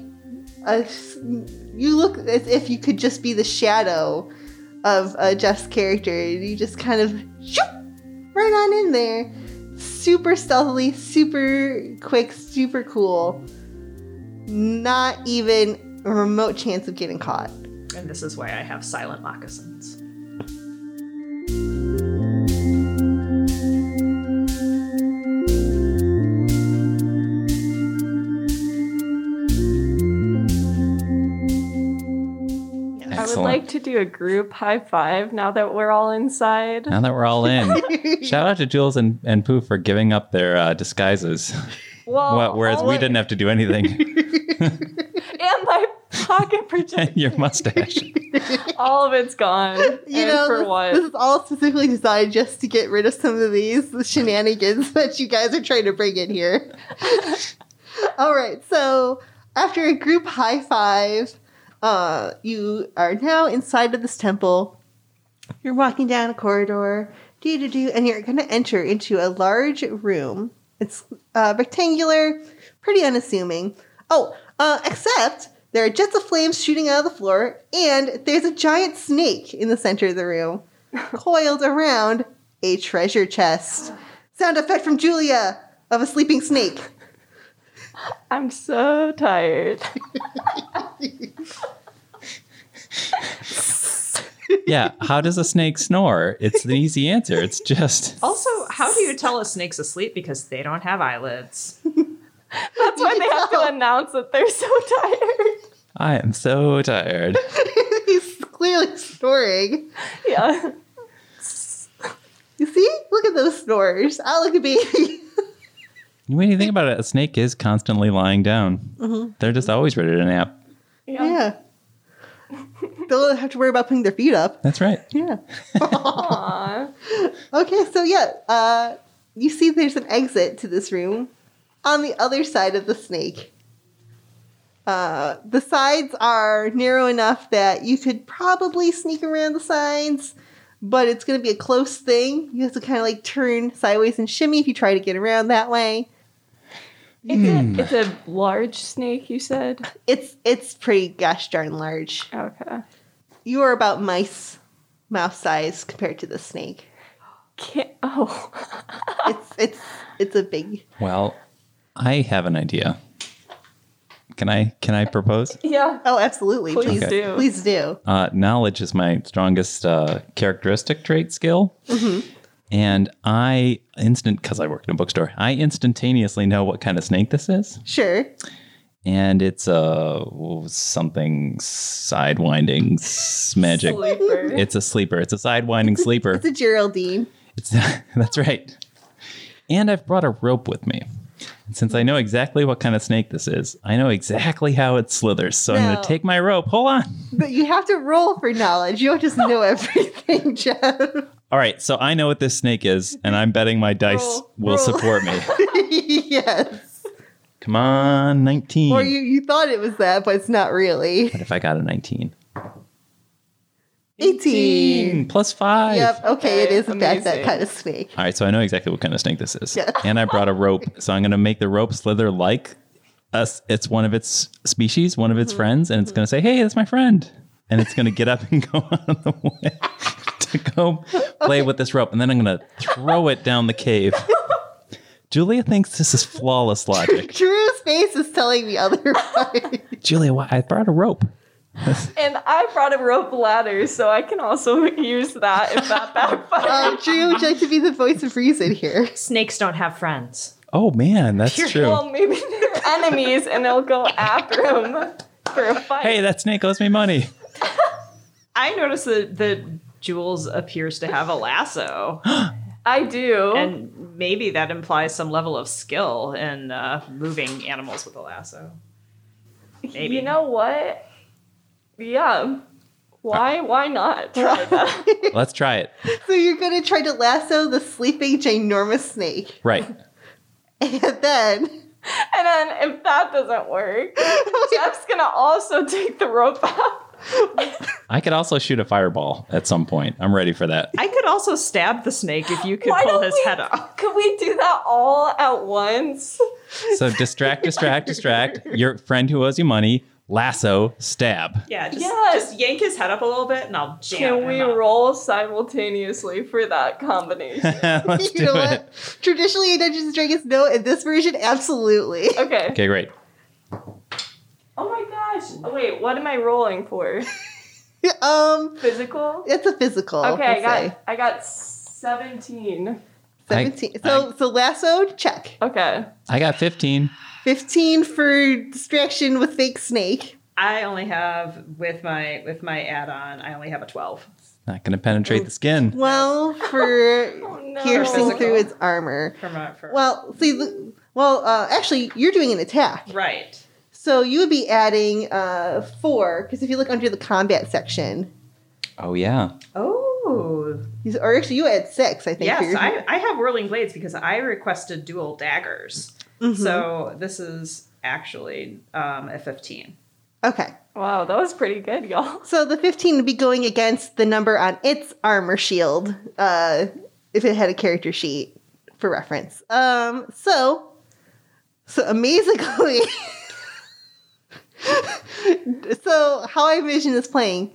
Speaker 1: a. s- You look as if you could just be the shadow of uh, Jeff's character. You just kind of shoop, right on in there, super stealthily, super quick, super cool. Not even a remote chance of getting caught.
Speaker 4: And this is why I have silent moccasins.
Speaker 2: I would
Speaker 3: Excellent.
Speaker 2: like to do a group high five now that we're all inside.
Speaker 3: now that we're all in, shout out to Jules and, and Pooh for giving up their uh, disguises.
Speaker 2: Well,
Speaker 3: Wha- Whereas we
Speaker 2: only-
Speaker 3: didn't have to do anything.
Speaker 2: And my pocket projector.
Speaker 3: and your mustache.
Speaker 2: all of it's gone.
Speaker 1: You
Speaker 2: and
Speaker 1: know,
Speaker 2: for
Speaker 1: this,
Speaker 2: what?
Speaker 1: this is all specifically designed just to get rid of some of these shenanigans that you guys are trying to bring in here. all right, so after a group high five, uh, you are now inside of this temple. You're walking down a corridor, do do do, and you're going to enter into a large room. It's uh, rectangular, pretty unassuming. Oh, uh, except there are jets of flames shooting out of the floor, and there's a giant snake in the center of the room, coiled around a treasure chest. Sound effect from Julia of a sleeping snake.
Speaker 2: I'm so tired.
Speaker 3: Yeah. How does a snake snore? It's the easy answer. It's just.
Speaker 4: Also, how do you tell a snake's asleep because they don't have eyelids?
Speaker 2: That's why they have to announce that they're so tired.
Speaker 3: I am so tired.
Speaker 1: He's clearly snoring.
Speaker 2: Yeah.
Speaker 1: You see? Look at those snores. I look at baby.
Speaker 3: When you think about it, a snake is constantly lying down. They're just always ready to nap.
Speaker 2: Yeah.
Speaker 1: yeah. They'll have to worry about putting their feet up.
Speaker 3: That's right.
Speaker 1: Yeah.
Speaker 2: Aw.
Speaker 1: Okay, so yeah, uh, you see there's an exit to this room on the other side of the snake. Uh, the sides are narrow enough that you could probably sneak around the sides, but it's going to be a close thing. You have to kind of like turn sideways and shimmy if you try to get around that way.
Speaker 3: Hmm.
Speaker 2: It's, a, it's a large snake, you said?
Speaker 1: It's it's pretty gosh darn large.
Speaker 2: Okay.
Speaker 1: You are about mice mouse size compared to the snake.
Speaker 2: Can't, oh.
Speaker 1: It's it's it's a big
Speaker 3: Well, I have an idea. Can I can I propose?
Speaker 2: Yeah.
Speaker 1: oh absolutely
Speaker 2: Please
Speaker 3: Okay.
Speaker 2: do.
Speaker 1: please do.
Speaker 3: Uh, knowledge is my strongest uh, characteristic trait skill. And I instant because I work in a bookstore. I instantaneously know what kind of snake this is,
Speaker 1: Sure.
Speaker 3: and it's a something sidewinding s- magic.
Speaker 2: Sleeper.
Speaker 3: It's a sleeper. It's a sidewinding sleeper.
Speaker 1: It's a Geraldine.
Speaker 3: It's that's right. And I've brought a rope with me. Since I know exactly what kind of snake this is, I know exactly how it slithers. So I'm
Speaker 1: No.
Speaker 3: going to take my rope. Hold on.
Speaker 1: But you have to roll for knowledge. You don't just know everything, Jeff.
Speaker 3: All right. So I know what this snake is, and I'm betting my dice
Speaker 1: Roll,
Speaker 3: will
Speaker 1: roll.
Speaker 3: support me.
Speaker 1: yes.
Speaker 3: Come on, 19.
Speaker 1: Or you, you thought it was that, but it's not really.
Speaker 3: what if I got a 19?
Speaker 1: 18.
Speaker 3: Plus 5.
Speaker 1: Yep. Okay, it is in fact that
Speaker 2: Amazing.
Speaker 1: kind of snake.
Speaker 3: All right, so I know exactly what kind of snake this is.
Speaker 1: Yeah.
Speaker 3: And I brought a rope, so I'm going to make the rope slither like us. It's one of its species, one of its friends, and it's going to say, "Hey, that's my friend," and it's going to get up and go out of the way to go play with this rope, and then I'm going to throw it down the cave. Julia thinks this is flawless logic.
Speaker 1: Drew's face is telling me otherwise.
Speaker 3: Julia, why I brought a rope?
Speaker 2: And I brought a rope ladder, so I can also use that if that backfires.
Speaker 1: um, Drew, would you like to be the voice of reason here?
Speaker 4: Snakes don't have friends.
Speaker 3: Oh man, that's true.
Speaker 2: well, maybe they're enemies, and they'll go after him for a fight.
Speaker 3: Hey, that snake owes me money.
Speaker 4: I noticed that that Jules appears to have a lasso,
Speaker 2: I do.
Speaker 4: and maybe that implies some level of skill in uh, moving animals with a lasso. maybe.
Speaker 2: You know what? Yeah. Why? Why not try that?
Speaker 3: Let's try it.
Speaker 1: So you're going to try to lasso the sleeping ginormous snake.
Speaker 3: Right.
Speaker 1: And then.
Speaker 2: and then if that doesn't work, Jeff's gonna also take the rope out.
Speaker 3: I could also shoot a fireball at some point. I'm ready for that.
Speaker 4: I could also stab the snake if you could
Speaker 2: Why
Speaker 4: pull
Speaker 2: don't
Speaker 4: his
Speaker 2: we-
Speaker 4: head off.
Speaker 2: Could we do that all at once?
Speaker 3: So distract, distract, distract. Your friend who owes you money, lasso, stab.
Speaker 4: Yeah, just,
Speaker 2: Yes.
Speaker 4: just yank his head up a little bit, and I'll jam
Speaker 2: Can
Speaker 4: him
Speaker 2: we
Speaker 4: up.
Speaker 2: roll simultaneously for that combination?
Speaker 3: Let's
Speaker 1: you
Speaker 3: do
Speaker 1: know
Speaker 3: it.
Speaker 1: what? Traditionally in Dungeons and Dragons, no. In this version, absolutely.
Speaker 2: Okay.
Speaker 3: Okay, great.
Speaker 2: Oh my gosh. Oh, wait, what am I rolling for?
Speaker 1: um,
Speaker 2: Physical?
Speaker 1: it's a physical.
Speaker 2: Okay, I
Speaker 1: we'll
Speaker 2: got
Speaker 1: say.
Speaker 2: I got 17.
Speaker 1: seventeen. so so lasso check.
Speaker 2: Okay.
Speaker 3: I got 15.
Speaker 1: Fifteen for distraction with fake snake.
Speaker 4: I only have with my with my add-on. I only have a twelve.
Speaker 3: Not going to penetrate the skin.
Speaker 1: Twelve
Speaker 2: Oh
Speaker 1: for
Speaker 2: no.
Speaker 1: piercing
Speaker 4: Physical.
Speaker 1: through its armor.
Speaker 4: From a, for,
Speaker 1: Well, see, the- well, uh, actually, you're doing an attack,
Speaker 4: right.
Speaker 1: so you would be adding uh, four because if you look under the combat section,
Speaker 3: Oh, yeah.
Speaker 4: Oh,
Speaker 1: you- or actually, you add six. I think. for
Speaker 4: yes,
Speaker 1: your-
Speaker 4: I, I have whirling blades because I requested dual daggers. So this is actually um, a fifteen.
Speaker 1: okay.
Speaker 2: Wow, that was pretty good, y'all.
Speaker 1: So the 15 would be going against the number on its armor shield, uh, if it had a character sheet for reference. Um, so, so amazingly, so how I envision this playing,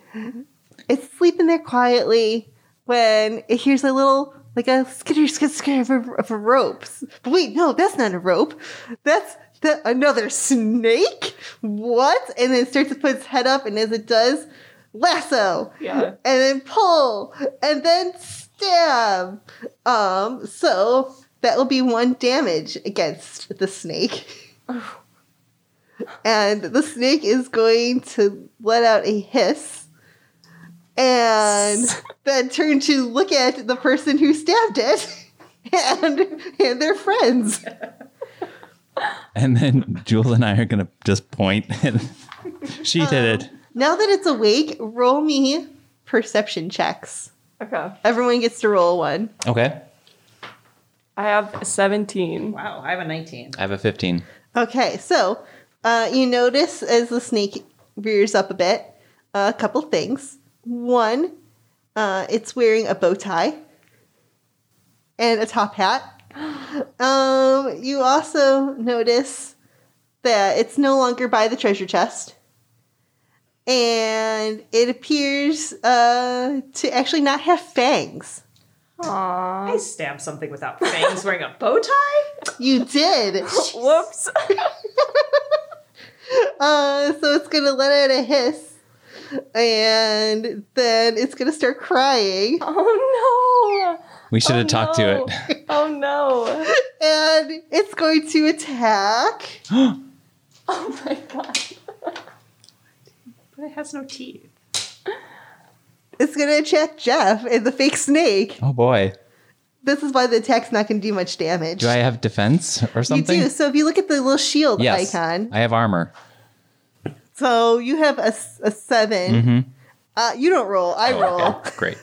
Speaker 1: it's sleeping there quietly when it hears a little like a skitter skit skitter of a, of a rope. But wait, no, that's not a rope. That's the, another snake. What? And then it starts to put its head up, and as it does, lasso,
Speaker 2: Yeah.
Speaker 1: and then pull, and then stab. Um, so that will be one damage against the snake. And the snake is going to let out a hiss and then turn to look at the person who stabbed it and and their friends.
Speaker 3: And then Jules and I are going to just point. And she did it.
Speaker 1: Now that it's awake, roll me perception checks.
Speaker 2: Okay.
Speaker 1: Everyone gets to roll one.
Speaker 3: Oh. Okay.
Speaker 2: I have 17.
Speaker 4: Wow, I have a nineteen.
Speaker 3: I have a 15.
Speaker 1: Okay, so uh, you notice as the snake rears up a bit, a couple things. One, uh, it's wearing a bow tie and a top hat. Um, you also notice that it's no longer by the treasure chest. And it appears uh, to actually not have fangs.
Speaker 4: I
Speaker 2: Aww.
Speaker 4: stabbed something without fangs wearing a bow tie.
Speaker 1: You did.
Speaker 2: Whoops.
Speaker 1: Uh, so it's gonna let out a hiss, and then it's gonna start crying,
Speaker 2: Oh no.
Speaker 3: We should
Speaker 2: Oh,
Speaker 3: have talked
Speaker 2: no.
Speaker 3: to it.
Speaker 2: Oh no.
Speaker 1: and it's going to attack.
Speaker 2: Oh my god.
Speaker 4: But it has no teeth.
Speaker 1: It's gonna attack Jeff and the fake snake.
Speaker 3: Oh, boy.
Speaker 1: This is why the attack's not gonna do much damage.
Speaker 3: Do I have defense or something?
Speaker 1: You do. So if you look at the little shield
Speaker 3: yes.
Speaker 1: icon,
Speaker 3: I have armor.
Speaker 1: so you have a, s- a 7
Speaker 3: Mhm.
Speaker 1: Uh, you don't roll. I
Speaker 3: Oh,
Speaker 1: roll.
Speaker 3: okay. Great.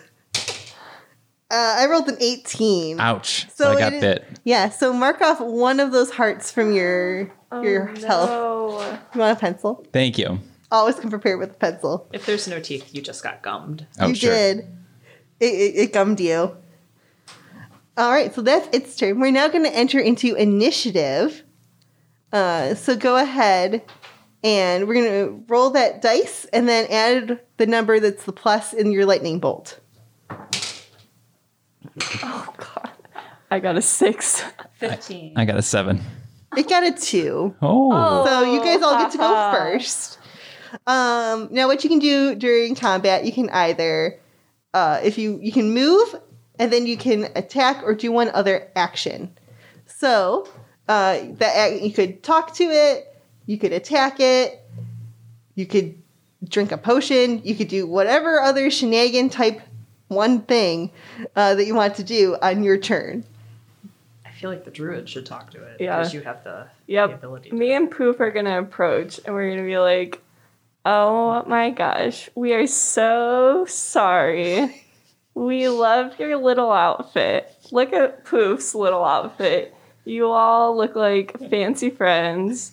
Speaker 1: Uh, I rolled an 18.
Speaker 3: Ouch.
Speaker 1: So
Speaker 3: So I got
Speaker 1: it is-
Speaker 3: bit.
Speaker 1: Yeah, so mark off one of those hearts from your your health.
Speaker 2: Oh, no.
Speaker 1: You want a pencil?
Speaker 3: Thank you.
Speaker 1: Always come prepared with a pencil.
Speaker 4: If there's no teeth, you just got gummed.
Speaker 3: Oh,
Speaker 1: you
Speaker 3: sure.
Speaker 1: did. It, it, it gummed you. All right, so that's its turn. We're now going to enter into initiative. Uh, so go ahead, and we're going to roll that dice, and then add the number that's the plus in your lightning bolt.
Speaker 2: Oh god. I got a six.
Speaker 4: 15.
Speaker 3: I got a seven.
Speaker 1: It got a two.
Speaker 3: Oh.
Speaker 1: So you guys all get to go
Speaker 2: haha.
Speaker 1: first. Um, now, what you can do during combat, you can either, uh, if you you can move, and then you can attack or do one other action. So uh, that ac- you could talk to it, you could attack it, you could drink a potion, you could do whatever other shenanigan type one thing uh, that you want to do on your turn.
Speaker 4: I feel like the druid should talk to it
Speaker 2: Yeah.
Speaker 4: because you have the, the
Speaker 2: Yep.
Speaker 4: ability. to-
Speaker 2: Me and Poop are gonna approach and we're gonna be like, oh my gosh, we are so sorry. We love your little outfit. Look at Poof's little outfit. You all look like fancy friends.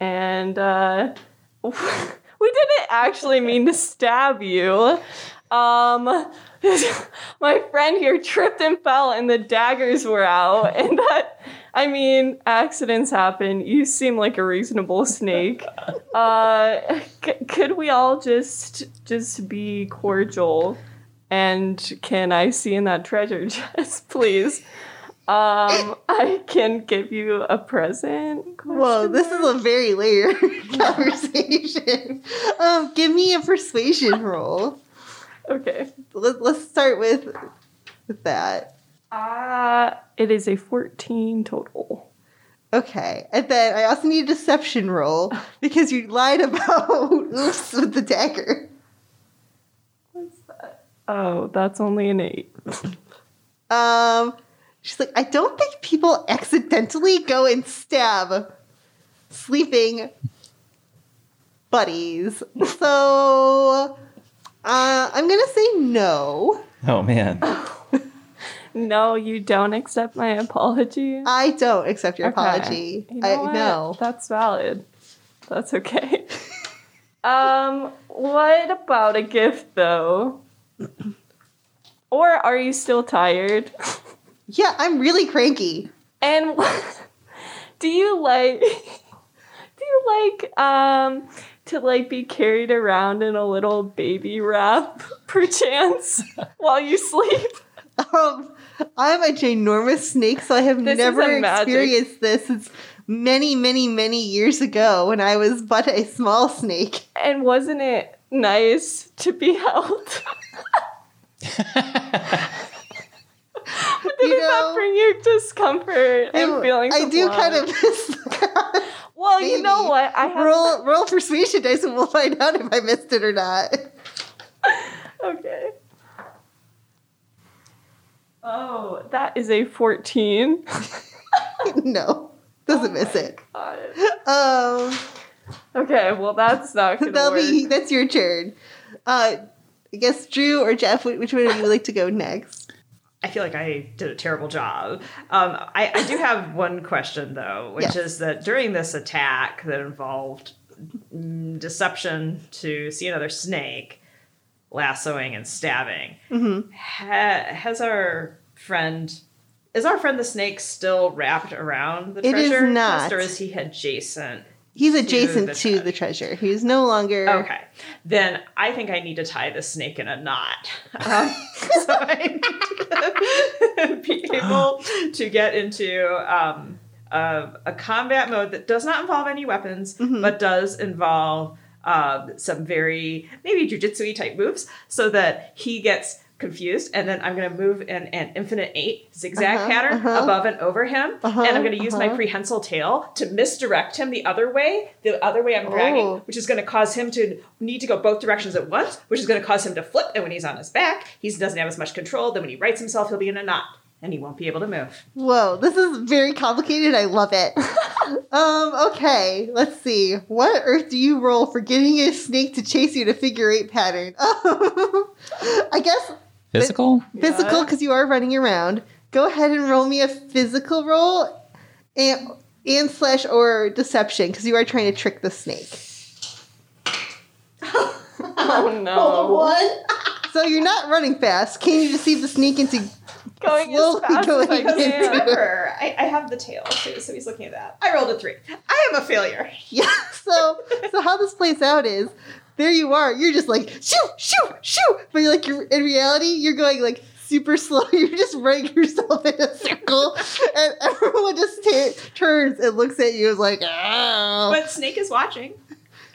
Speaker 2: And uh, we didn't actually mean to stab you. Um, my friend here tripped and fell, and the daggers were out. And that, I mean, accidents happen. You seem like a reasonable snake. Uh, c- could we all just just be cordial? And can I see in that treasure chest, please? Um, I can give you a present.
Speaker 1: Whoa,
Speaker 2: question
Speaker 1: this is a very layered conversation. Um, give me a persuasion roll.
Speaker 2: Okay.
Speaker 1: Let, let's start with with that.
Speaker 2: Uh, it is a 14 total.
Speaker 1: Okay, and then I also need a deception roll because you lied about oops with the dagger.
Speaker 2: Oh, that's only an 8.
Speaker 1: Um, she's like, I don't think people accidentally go and stab sleeping buddies. So uh, I'm gonna say no.
Speaker 3: Oh, man.
Speaker 2: No, you don't accept my apology.
Speaker 1: I don't accept your
Speaker 2: Okay.
Speaker 1: apology.
Speaker 2: You know
Speaker 1: I
Speaker 2: what?
Speaker 1: no.
Speaker 2: That's valid. That's okay. um, what about a gift though? Or are you still tired?
Speaker 1: Yeah, I'm really cranky.
Speaker 2: And do you like do you like um to like be carried around in a little baby wrap perchance while you sleep?
Speaker 1: Um, I'm a ginormous snake, so I have
Speaker 2: This is
Speaker 1: never
Speaker 2: a magic-
Speaker 1: experienced this since many, many, many years ago when I was but a small snake.
Speaker 2: And wasn't it nice to be held? Did
Speaker 1: You
Speaker 2: that
Speaker 1: know,
Speaker 2: bring you discomfort and
Speaker 1: I-
Speaker 2: feelings?
Speaker 1: Um, I
Speaker 2: of
Speaker 1: do
Speaker 2: love?
Speaker 1: kind of miss that.
Speaker 2: Well, you know
Speaker 1: Maybe.
Speaker 2: what? I have.
Speaker 1: roll, roll persuasion dice and we'll find out if I missed it or not.
Speaker 2: Okay. Oh, that is a fourteen.
Speaker 1: no, doesn't miss it.
Speaker 2: God.
Speaker 1: Um,
Speaker 2: Okay, well that's not gonna
Speaker 1: That'll
Speaker 2: work.
Speaker 1: be that's your turn. Uh, I guess Drew or Jeff, wh- which one of you would like to go next?
Speaker 4: I feel like I did a terrible job. Um, I, I do have one question though, which
Speaker 1: Yes.
Speaker 4: is that during this attack that involved mm, deception to see another snake, lassoing and stabbing,
Speaker 2: Mm-hmm.
Speaker 4: ha- has our friend is our friend the snake still wrapped around the
Speaker 1: It is
Speaker 4: treasure
Speaker 1: not.
Speaker 4: chest, or is he adjacent?
Speaker 1: He's
Speaker 4: the
Speaker 1: adjacent to the treasure. He's no longer.
Speaker 4: Okay, then I think I need to tie the snake in a knot. Um, so I need to be able to get into um, a, a combat mode that does not involve any weapons, but does involve um, some very maybe jujitsu type moves, so that he gets confused and then i'm going to move in an infinite eight zigzag
Speaker 1: Uh-huh,
Speaker 4: pattern
Speaker 1: uh-huh.
Speaker 4: above and over him
Speaker 1: Uh-huh,
Speaker 4: and i'm going to use my
Speaker 1: uh-huh.
Speaker 4: prehensile tail to misdirect him the other way the other way i'm dragging
Speaker 1: Oh.
Speaker 4: which is going to cause him to need to go both directions at once, which is going to cause him to flip. And when he's on his back, he doesn't have as much control. Then when he rights himself, he'll be in a knot and he won't be able to move.
Speaker 1: Whoa, this is very complicated. I love it. um. Okay. Let's see. What on earth do you roll for getting a snake to chase you to figure eight pattern? I guess
Speaker 3: Physical?
Speaker 1: Physical,
Speaker 2: Yeah.
Speaker 1: because you are running around. Go ahead and roll me a physical roll, and and slash or deception, because you are trying to trick the snake.
Speaker 2: Oh no.
Speaker 1: So you're not running fast. Can you deceive the snake into?
Speaker 2: Going as
Speaker 1: Slowly
Speaker 2: fast as I
Speaker 1: going into
Speaker 4: Because
Speaker 2: can.
Speaker 4: remember, I, I have the tail too, so he's looking at that. I rolled a three. I am a failure.
Speaker 1: Yeah. So so how this plays out is, there you are. You're just like shoo shoo shoo, but you're like you're, in reality you're going like super slow. You're just running yourself in a circle, and everyone just ta turns and looks at you and is like, oh.
Speaker 4: But Snake is watching.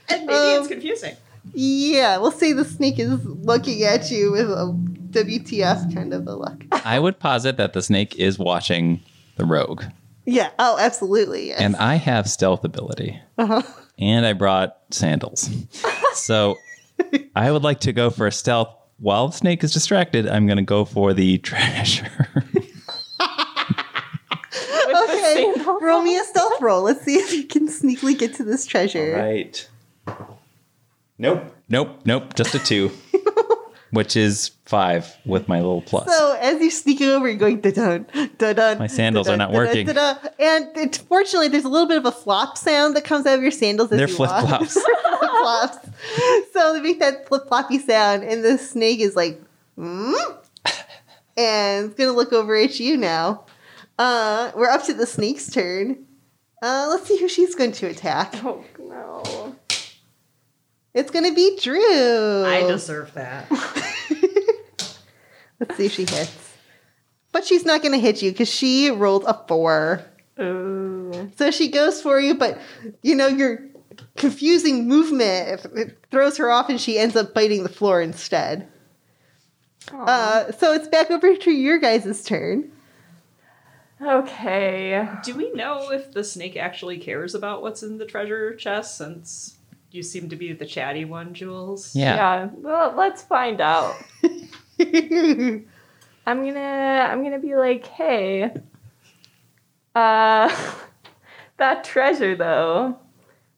Speaker 4: And maybe
Speaker 1: Um,
Speaker 4: it's confusing.
Speaker 1: Yeah, we'll say the snake is looking at you with a WTF kind of a look.
Speaker 3: I would posit that the snake is watching the rogue.
Speaker 1: Yeah. Oh, absolutely. Yes.
Speaker 3: And I have stealth ability.
Speaker 1: uh-huh.
Speaker 3: And I brought sandals. so I would like to go for a stealth. While the snake is distracted, I'm going to go for the treasure.
Speaker 2: With the
Speaker 1: Okay.
Speaker 2: sandal.
Speaker 1: Roll me a stealth roll. Let's see if you can sneakily get to this treasure.
Speaker 3: right. Nope. Nope. Nope. Just a two, which is five with my little plus.
Speaker 1: So as you sneak it over, you're going da dun da dun.
Speaker 3: My sandals are not working.
Speaker 1: And it, fortunately, there's a little bit of a flop sound that comes out of your sandals. As
Speaker 3: They're
Speaker 1: you
Speaker 3: flip
Speaker 1: walk.
Speaker 3: flops.
Speaker 1: flip-flops. So they make that flip floppy sound, and the snake is like, hmm? and it's gonna look over at you now. Uh, we're up to the snake's turn. Uh, let's see who she's going to attack.
Speaker 2: Oh no.
Speaker 1: It's gonna be Drew.
Speaker 4: deserve that.
Speaker 1: let's see if she hits. But she's not gonna hit you because she rolled a four.
Speaker 2: Ooh.
Speaker 1: So she goes for you, but you know your confusing movement it throws her off, and she ends up biting the floor instead. Uh, so it's back over to your guys' turn.
Speaker 2: Okay.
Speaker 4: Do we know if the snake actually cares about what's in the treasure chest since you seem to be the chatty one, Jules?
Speaker 3: Yeah.
Speaker 2: Well, let's find out. I'm gonna I'm gonna be like, hey, uh, that treasure though,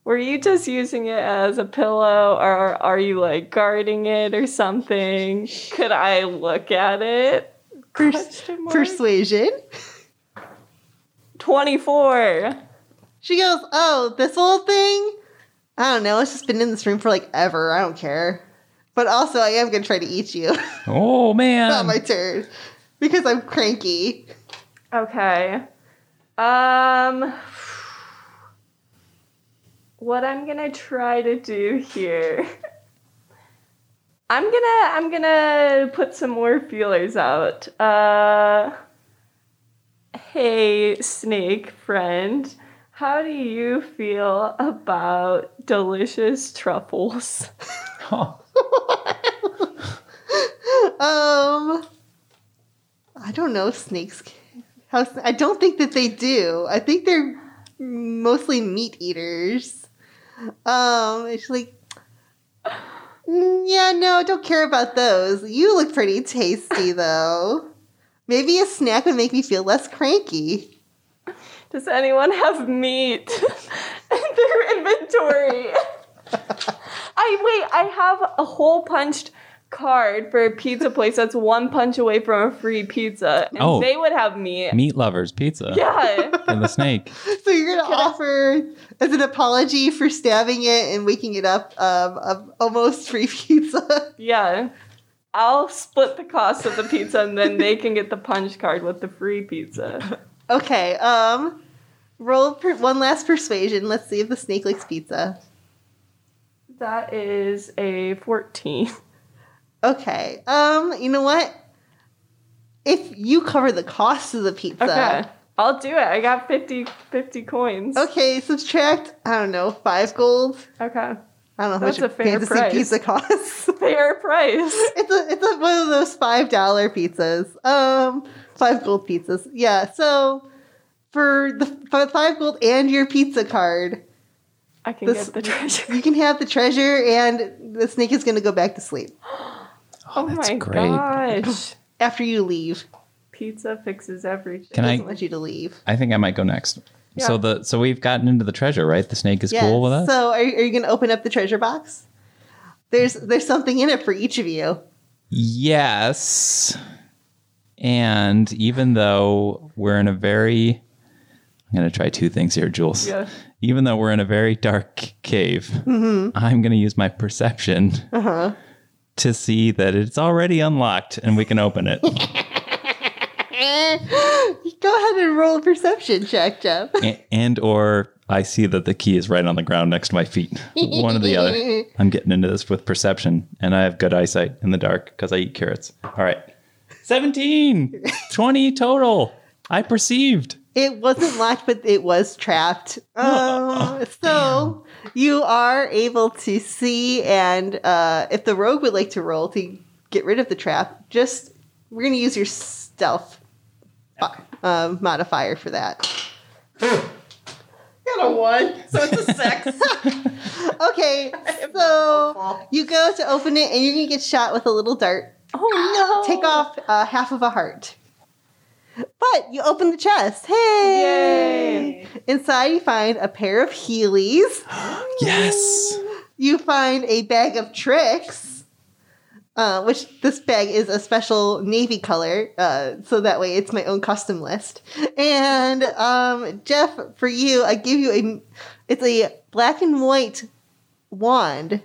Speaker 2: were you just using it as a pillow, or are you like guarding it or something? Could I look at it?
Speaker 1: Pers-
Speaker 2: Question mark?
Speaker 1: persuasion.
Speaker 2: Twenty four.
Speaker 1: She goes, Oh, this little thing? I don't know. It's just been in this room for like ever. I don't care. But also, I am going to try to eat you.
Speaker 3: Oh,
Speaker 1: Not
Speaker 3: man.
Speaker 1: my turn. Because I'm cranky.
Speaker 2: Okay. Um what I'm going to try to do here I'm going to I'm going to put some more feelers out. Uh Hey snake friend, how do you feel about delicious truffles?
Speaker 3: Oh,
Speaker 1: Um, I don't know if snakes. can- How, sn- I don't think that they do. I think they're mostly meat eaters. Um, it's like, "Mm, yeah, no, don't care about those. You look pretty tasty though. Maybe a snack would make me feel less cranky.
Speaker 2: Does anyone have meat in their inventory? I wait, I have a hole punched card for a pizza place that's one punch away from a free pizza. And
Speaker 3: Oh.
Speaker 2: they would have meat.
Speaker 3: meat lovers pizza
Speaker 2: Yeah.
Speaker 3: and the snake.
Speaker 1: So you're gonna offer as an apology for stabbing it and waking it up um, of almost free pizza.
Speaker 2: Yeah. I'll split the cost of the pizza and then they can get the punch card with the free pizza.
Speaker 1: Okay, um, roll per- one last persuasion. Let's see if the snake likes pizza.
Speaker 2: That is a 14.
Speaker 1: Okay, um, you know what? If you cover the cost of the
Speaker 2: Okay.
Speaker 1: pizza,
Speaker 2: I'll do it. I got 50 50 coins.
Speaker 1: okay, subtract, I don't know, five gold.
Speaker 2: Okay.
Speaker 1: I don't know
Speaker 2: That's
Speaker 1: how
Speaker 2: a
Speaker 1: much
Speaker 2: fair
Speaker 1: fantasy
Speaker 2: price.
Speaker 1: pizza costs.
Speaker 2: Fair price.
Speaker 1: it's a, it's a, one of those five dollar pizzas. Um, five gold pizzas. Yeah. So for the for five gold and your pizza card,
Speaker 2: I can
Speaker 1: This-
Speaker 2: get the treasure.
Speaker 1: you can have the treasure, and the snake is going to go back to sleep
Speaker 2: Oh
Speaker 3: that's
Speaker 2: my
Speaker 3: great.
Speaker 2: gosh.
Speaker 1: after you leave.
Speaker 2: Pizza fixes everything.
Speaker 3: Can
Speaker 1: It
Speaker 3: I-
Speaker 1: doesn't want you to leave.
Speaker 3: I think I might go next.
Speaker 2: Yeah.
Speaker 3: So the so we've gotten into the treasure, right? The snake is cool with us.
Speaker 1: So are, are you going to open up the treasure box? There's there's something in it for each of you.
Speaker 3: Yes. And even though we're in a very, I'm going to try two things here, Jules.
Speaker 2: Yeah.
Speaker 3: Even though we're in a very dark cave,
Speaker 2: Mm-hmm.
Speaker 3: I'm going to use my perception
Speaker 2: Uh-huh.
Speaker 3: to see that it's already unlocked and we can open it.
Speaker 1: Eh, Go ahead and roll a perception check, Jeff.
Speaker 3: A- and or I see that the key is right on the ground next to my feet. One or the other. I'm getting into this with perception, and I have good eyesight in the dark because I eat carrots. All right. 17, 20 total. I perceived.
Speaker 1: It wasn't locked, but it was trapped. Uh, so you are able to see, and uh, if the rogue would like to roll to get rid of the trap, just we're going to use your stealth bo- uh, modifier for that.
Speaker 4: Got a one, so it's a six.
Speaker 1: Okay, so you go to open it, and you're going to get shot with a little dart.
Speaker 2: Oh no!
Speaker 1: Take off uh, half of a heart. But you open the chest. Hey! Inside, you find a pair of Heelys.
Speaker 3: Yes.
Speaker 1: you find a bag of tricks, uh, which this bag is a special navy color, uh, so that way it's my own custom list. And um, Jeff, for you, I give you a it's a black and white wand,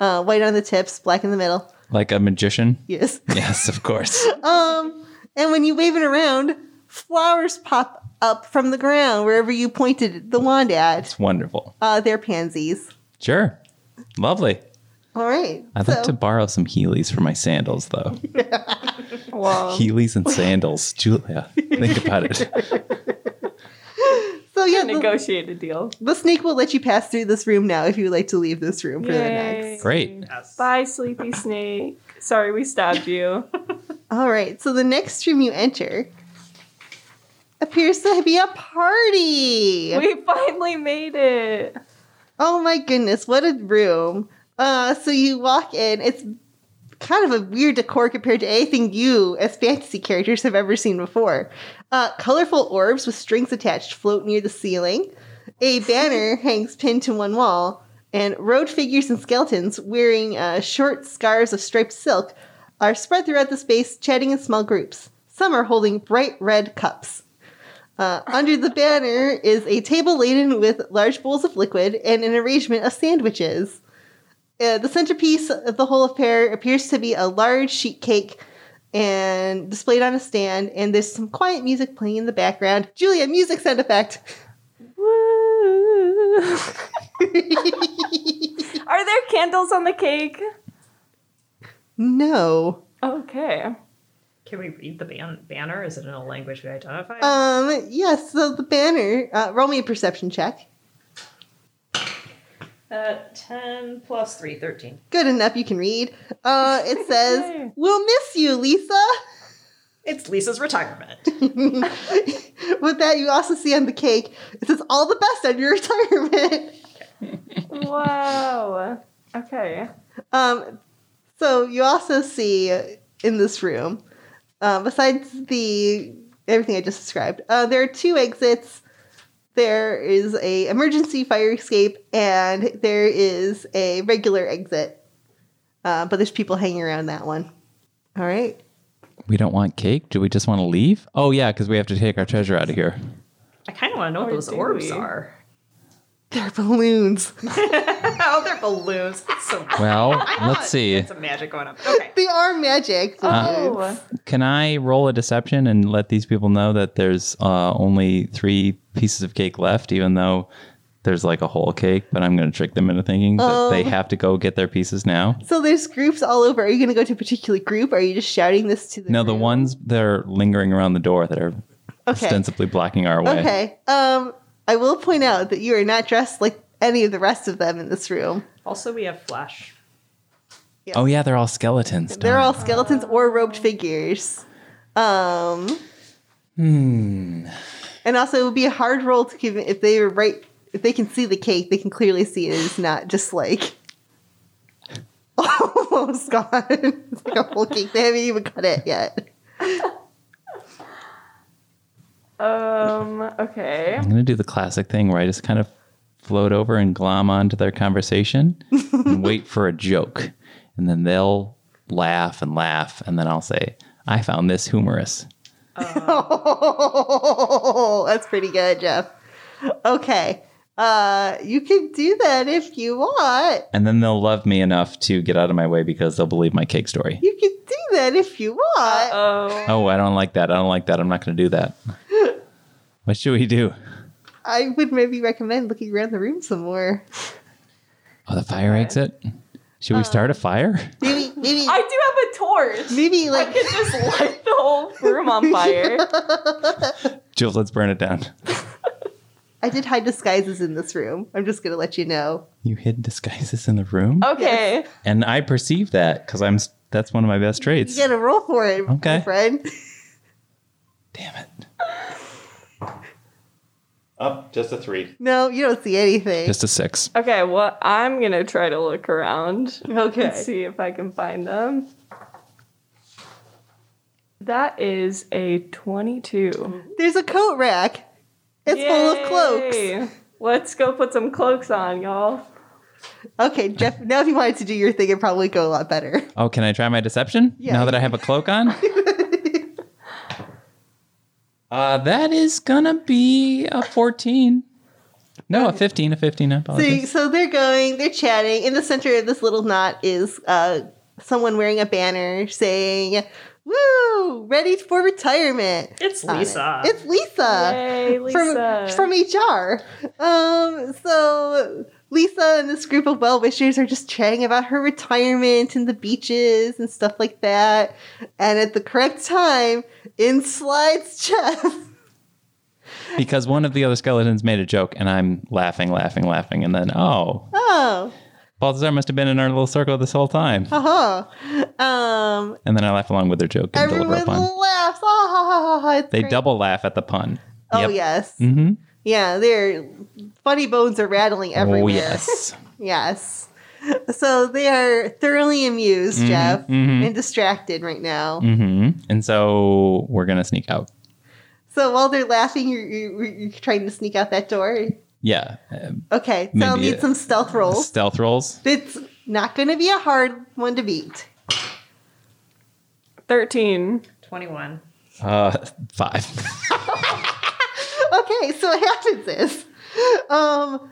Speaker 1: uh, white on the tips, black in the middle.
Speaker 3: Like a magician.
Speaker 1: Yes.
Speaker 3: Yes, of course.
Speaker 1: Um, and when you wave it around, flowers pop up from the ground wherever you pointed the wand at.
Speaker 3: It's wonderful.
Speaker 1: Uh, they're pansies.
Speaker 3: Sure. Lovely.
Speaker 1: All right.
Speaker 3: I'd like to borrow some Heelys for my sandals, though.
Speaker 2: Whoa.
Speaker 3: Heelys and sandals. Julia, think about it.
Speaker 1: so yeah, the-
Speaker 2: Negotiate a deal.
Speaker 1: The snake will let you pass through this room now if you would like to leave this room for the
Speaker 2: Yay.
Speaker 1: next.
Speaker 3: Great.
Speaker 4: Yes.
Speaker 2: Bye, sleepy snake. Sorry, we stabbed you.
Speaker 1: All right, so the next room you enter appears to be a party.
Speaker 2: we finally made it.
Speaker 1: Oh my goodness, what a room. Uh, so you walk in, it's kind of a weird decor compared to anything you as fantasy characters have ever seen before. Uh, colorful orbs with strings attached float near the ceiling. A banner hangs pinned to one wall, and road figures and skeletons wearing uh, short scarves of striped silk are spread throughout the space, chatting in small groups. Some are holding bright red cups. Uh, under the banner is a table laden with large bowls of liquid and an arrangement of sandwiches. Uh, the centerpiece of the whole affair appears to be a large sheet cake and displayed on a stand, and there's some quiet music playing in the background. Julia, music sound effect.
Speaker 2: Woo. Are there candles on the cake?
Speaker 1: No.
Speaker 2: Okay.
Speaker 4: Can we read the ban- banner? Is it in a language we identify?
Speaker 1: Um, yes, so the banner, uh, roll me a perception check.
Speaker 4: uh, 10 plus 3, 13.
Speaker 1: Good enough, you can read. Uh, it says,
Speaker 2: Yay.
Speaker 1: We'll miss you, Lisa.
Speaker 4: It's Lisa's retirement.
Speaker 1: With that, you also see on the cake, it says, All the best on your retirement.
Speaker 2: Wow. Okay.
Speaker 1: Um, so you also see in this room, uh, besides the everything I just described, uh, there are two exits. There is a emergency fire escape, and there is a regular exit. Uh, but there's people hanging around that one. All right.
Speaker 3: We don't want cake. Do we just want to leave? Oh, yeah, because we have to take our treasure out of here.
Speaker 4: I kind of want to know what
Speaker 2: Or
Speaker 4: those
Speaker 2: do
Speaker 4: orbs
Speaker 2: we?
Speaker 4: are.
Speaker 1: They're balloons.
Speaker 4: oh, they're balloons. It's so
Speaker 3: Well,
Speaker 4: I
Speaker 3: let's
Speaker 4: thought
Speaker 3: see.
Speaker 4: It's a magic going up. Okay.
Speaker 1: they are magic. balloons.
Speaker 2: Oh.
Speaker 3: Can I roll a deception and let these people know that there's uh, only three pieces of cake left, even though there's like a whole cake? But I'm going to trick them into thinking that
Speaker 1: Oh.
Speaker 3: they have to go get their pieces now.
Speaker 1: So there's groups all over. Are you going to go to a particular group? Or are you just shouting this to the?
Speaker 3: No, the
Speaker 1: room?
Speaker 3: ones that are lingering around the door that are
Speaker 1: Okay.
Speaker 3: ostensibly blocking our way.
Speaker 1: Okay. Um, I will point out that you are not dressed like any of the rest of them in this room.
Speaker 4: Also, we have Flash.
Speaker 3: Oh, yeah, they're all skeletons.
Speaker 1: They're all
Speaker 3: darn.
Speaker 1: skeletons or robed figures. Um,
Speaker 3: Hmm.
Speaker 1: And also, it would be a hard roll to give if they were right. If they can see the cake, they can clearly see it is not just like almost gone. it's like a whole cake. They haven't even cut it yet.
Speaker 2: Um. Okay.
Speaker 3: I'm going to do the classic thing where I just kind of float over and glom onto their conversation and wait for a joke. And then they'll laugh and laugh, and then I'll say, "I found this humorous."
Speaker 1: Oh, that's pretty good, Jeff. Okay. Uh, you can do that if you want.
Speaker 3: And then they'll love me enough to get out of my way because they'll believe my cake story.
Speaker 1: You can do that if you want.
Speaker 2: Oh,
Speaker 3: Oh, I don't like that. I don't like that. I'm not going to do that. What should we do?
Speaker 1: I would maybe recommend looking around the room some more.
Speaker 3: Oh, the fire exit? Should we start a fire?
Speaker 1: Maybe, maybe,
Speaker 2: I do have a torch.
Speaker 1: maybe
Speaker 2: I
Speaker 1: like
Speaker 2: could just light the whole room on fire.
Speaker 3: Jules, let's burn it down.
Speaker 1: I did hide disguises in this room. I'm just gonna let you know.
Speaker 3: You hid disguises in the room?
Speaker 2: Oh. Okay.
Speaker 3: And I perceive that because I'm. s- That's one of my best
Speaker 1: You
Speaker 3: traits.
Speaker 1: gotta roll for it,
Speaker 3: Okay.
Speaker 1: my friend.
Speaker 3: Damn it. Up, just a three.
Speaker 1: No, you don't see anything.
Speaker 3: Just a six.
Speaker 2: Okay, well, I'm gonna try to look around.
Speaker 1: Okay.
Speaker 2: And see if I can find them. That is a 22.
Speaker 1: There's a coat rack. It's full of cloaks.
Speaker 2: Yay! Let's go put some cloaks on, y'all.
Speaker 1: Okay, Jeff. Now, if you wanted to do your thing, it'd probably go a lot better.
Speaker 3: Oh, can I try my deception?
Speaker 1: Yeah.
Speaker 3: Now that I have a cloak on? uh, that is going to be a 14. No, a 15. A 15. I
Speaker 1: So,
Speaker 3: apologize.
Speaker 1: so they're going, they're chatting. In the center of this little knot is uh, someone wearing a banner saying, Woo, ready for retirement.
Speaker 4: It's
Speaker 1: on it.
Speaker 4: Lisa.
Speaker 1: It's Lisa.
Speaker 2: Yay, Lisa.
Speaker 1: From, from HR. Um, so Lisa and this group of well wishers are just chatting about her retirement and the beaches and stuff like that. And at the correct time, in slides Jeff.
Speaker 3: Because one of the other skeletons made a joke, and I'm laughing, laughing, laughing. And then, oh,
Speaker 1: Oh,
Speaker 3: Balthazar must have been in our little circle this whole time.
Speaker 1: uh huh. Um,
Speaker 3: And then I laugh along with their joke and deliver a
Speaker 1: Everyone
Speaker 3: pun.
Speaker 1: laughs. Ah, ha, ha, ha, ha. It's
Speaker 3: They
Speaker 1: great.
Speaker 3: double laugh at the pun.
Speaker 1: Oh yes,
Speaker 3: Mm-hmm.
Speaker 1: yeah. Their funny bones are rattling everywhere.
Speaker 3: Oh, yes.
Speaker 1: yes. So they are thoroughly amused, Jeff,
Speaker 3: mhm.
Speaker 1: and distracted right now.
Speaker 3: mm-hmm. And so we're going to sneak out.
Speaker 1: So while they're laughing, you're, you're, you're trying to sneak out that door.
Speaker 3: Yeah. Uh,
Speaker 1: Okay, so I'll
Speaker 3: Maybe
Speaker 1: need
Speaker 3: a-
Speaker 1: some stealth rolls.
Speaker 3: Stealth rolls.
Speaker 1: It's not going to be a hard one to beat.
Speaker 2: 13.
Speaker 4: 21.
Speaker 3: Uh, five.
Speaker 1: Okay, so what happens is, um,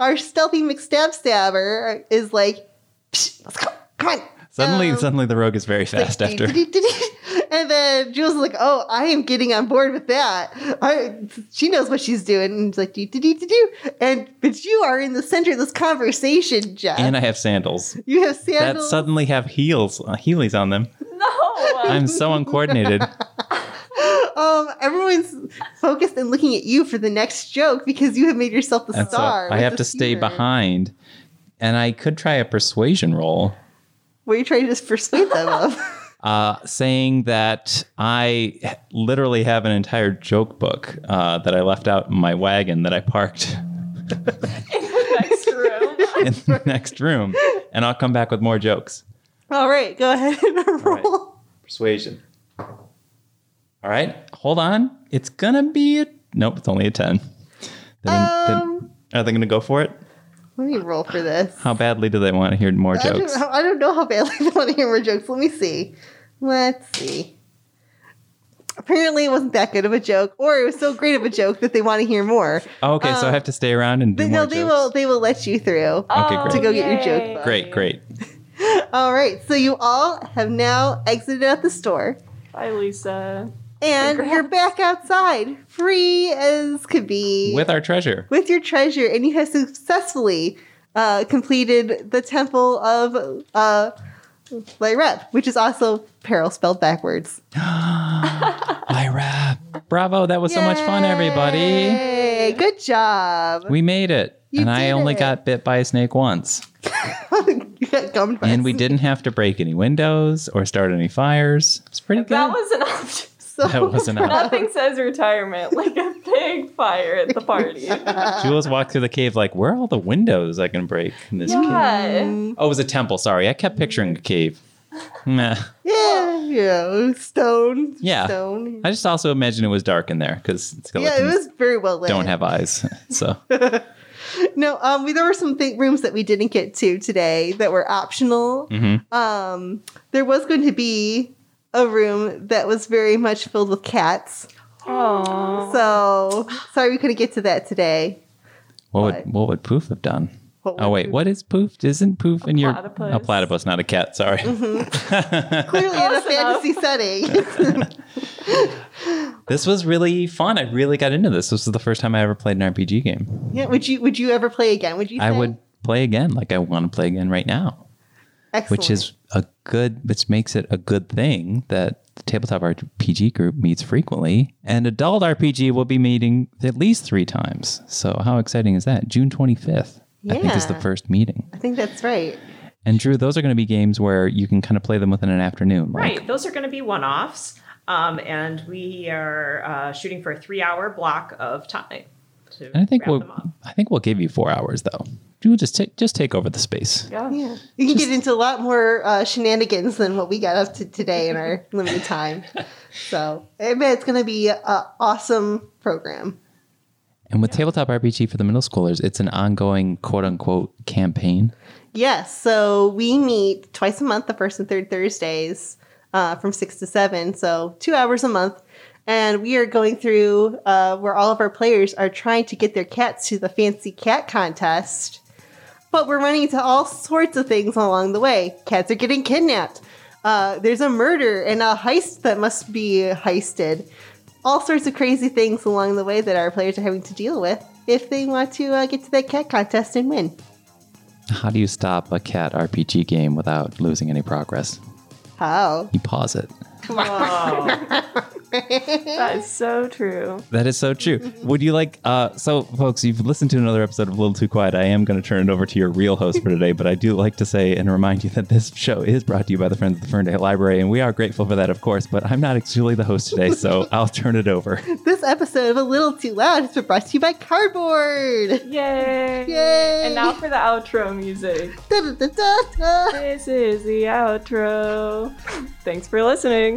Speaker 1: our stealthy McStab stabber is like, "Psh, let's go, come on,
Speaker 3: suddenly,
Speaker 1: Um,
Speaker 3: suddenly the rogue is very fast after.
Speaker 1: And then Jules is like, "Oh, I am getting on board with that. I, she knows what she's doing." And it's like, "Do do do do do." And but you are in the center of this conversation, Jeff.
Speaker 3: And I have sandals
Speaker 1: you have
Speaker 3: that
Speaker 1: sandals.
Speaker 3: suddenly have heels, uh, heelys on them.
Speaker 4: uh,
Speaker 2: No!
Speaker 3: I'm so uncoordinated.
Speaker 1: um, everyone's focused and looking at you for the next joke because you have made yourself the
Speaker 3: And so
Speaker 1: star.
Speaker 3: I
Speaker 1: with
Speaker 3: have
Speaker 1: the
Speaker 3: to stay
Speaker 1: humor.
Speaker 3: behind. And I could try a persuasion roll.
Speaker 1: What are you trying to just persuade them of?
Speaker 3: uh, saying that I literally have an entire joke book uh, that I left out in my wagon that I parked
Speaker 2: Next room.
Speaker 3: in the next room, and I'll come back with more jokes.
Speaker 1: All right, go ahead and roll.
Speaker 3: right. Persuasion. All right, hold on. It's gonna be a nope. It's only a ten. Then,
Speaker 1: Um,
Speaker 3: then, are they gonna go for it?
Speaker 1: let me roll for this.
Speaker 3: How badly do they want to hear more
Speaker 1: I
Speaker 3: jokes?
Speaker 1: don't, I don't know how badly they want to hear more jokes. Let me see. Let's see. Apparently, it wasn't that good of a joke, or it was so great of a joke that they want to hear more.
Speaker 3: Oh, okay, so I
Speaker 1: um,
Speaker 3: have to stay around and do
Speaker 1: They,
Speaker 3: more
Speaker 1: no,
Speaker 3: jokes.
Speaker 1: they will. They will let you through.
Speaker 3: Okay,
Speaker 2: Oh,
Speaker 3: great.
Speaker 1: To go get your joke
Speaker 2: yay.
Speaker 1: book.
Speaker 3: Great, great.
Speaker 1: All right. So you all have now exited out the store,
Speaker 2: Bye, Lisa.
Speaker 1: and
Speaker 2: Congrats.
Speaker 1: you're back outside, free as could be,
Speaker 3: With our treasure.
Speaker 1: with your treasure, and you have successfully uh, completed the temple of uh, Lyrep, which is also peril spelled backwards.
Speaker 3: Lyra. Bravo, that was so much fun, everybody.
Speaker 1: Yay! Good job.
Speaker 3: We made it.
Speaker 1: You
Speaker 3: and I
Speaker 1: did
Speaker 3: only
Speaker 1: it.
Speaker 3: got bit by a snake once.
Speaker 1: you got gummed by
Speaker 3: And we
Speaker 1: us.
Speaker 3: didn't have to break any windows or start any fires. It's pretty good.
Speaker 2: That was an option.
Speaker 1: So
Speaker 3: That was an option.
Speaker 2: Nothing says retirement like a pig fire at the party.
Speaker 1: Uh,
Speaker 3: Jules walked through the cave like, where are all the windows I can break in this cave?
Speaker 2: Yeah.
Speaker 3: Oh, it was a temple. Sorry. I kept picturing a cave. Nah.
Speaker 1: yeah, yeah, stone.
Speaker 3: Yeah.
Speaker 1: stone.
Speaker 3: I just also imagine it was dark in there because
Speaker 1: Yeah,
Speaker 3: skeletons
Speaker 1: it was very well lit.
Speaker 3: don't have eyes. So
Speaker 1: No, um, we, there were some th- rooms that we didn't get to today that were optional.
Speaker 3: Mm-hmm.
Speaker 1: Um, there was going to be a room that was very much filled with cats.
Speaker 2: Oh,
Speaker 1: So sorry we couldn't get to that today.
Speaker 3: What
Speaker 1: But-
Speaker 3: would what would Poof have done?
Speaker 1: What
Speaker 3: oh
Speaker 1: would
Speaker 3: wait,
Speaker 1: Poof-
Speaker 3: what is Poof? Isn't Poof in your
Speaker 2: platypus.
Speaker 3: a platypus, not a cat? Sorry.
Speaker 1: Clearly in a
Speaker 2: Close enough.
Speaker 1: fantasy setting.
Speaker 3: This was really fun. I really got into this. This was the first time I ever played an RPG game.
Speaker 1: yeah, would you would you ever play again? Would you?
Speaker 3: I
Speaker 1: say?
Speaker 3: would play again, like I want to play again right now,
Speaker 1: Excellent.
Speaker 3: which is a good, which makes it a good thing that the tabletop RPG group meets frequently, and adult RPG will be meeting at least three times. So how exciting is that? June twenty fifth. I think is the
Speaker 1: Yeah.
Speaker 3: first meeting.
Speaker 1: I think that's right.
Speaker 3: And Drew, those are going to be games where you can kind of play them within an afternoon, right?
Speaker 4: Right. Those are going to be one offs. Um, and we are uh, shooting for a three hour block of time. to
Speaker 3: And I think
Speaker 4: wrap
Speaker 3: we'll
Speaker 4: them up.
Speaker 3: I think we'll give you four hours though. Drew, just take just take over the space.
Speaker 2: yeah.
Speaker 1: Yeah, you can get into a lot more uh, shenanigans than what we got up to today in our limited time. So I bet it's going to be an awesome program.
Speaker 3: And with tabletop RPG for the middle schoolers, it's an ongoing quote unquote campaign.
Speaker 1: Yes, so we meet twice a month, the first and third Thursdays uh, from 6 to 7, so two hours a month. And we are going through uh, where all of our players are trying to get their cats to the fancy cat contest. But we're running into all sorts of things along the way. Cats are getting kidnapped. Uh, there's a murder and a heist that must be heisted. All sorts of crazy things along the way that our players are having to deal with if they want to uh, get to that cat contest and win.
Speaker 3: How do you stop a cat RPG game without losing any progress?
Speaker 1: How?
Speaker 3: You pause it.
Speaker 2: That is so true.
Speaker 3: That is so true. Would you like uh so folks, you've listened to another episode of A Little Too Quiet. I am gonna turn it over to your real host for today, but I do like to say and remind you that this show is brought to you by the Friends of the Ferndale Library, and we are grateful for that, of course, but I'm not actually the host today, so I'll turn it over.
Speaker 1: This episode of A Little Too Loud has been brought to you by Cardboard.
Speaker 2: Yay!
Speaker 1: Yay!
Speaker 2: And now for the outro music.
Speaker 1: Da, da, da, da, da.
Speaker 2: This is the outro. Thanks for listening.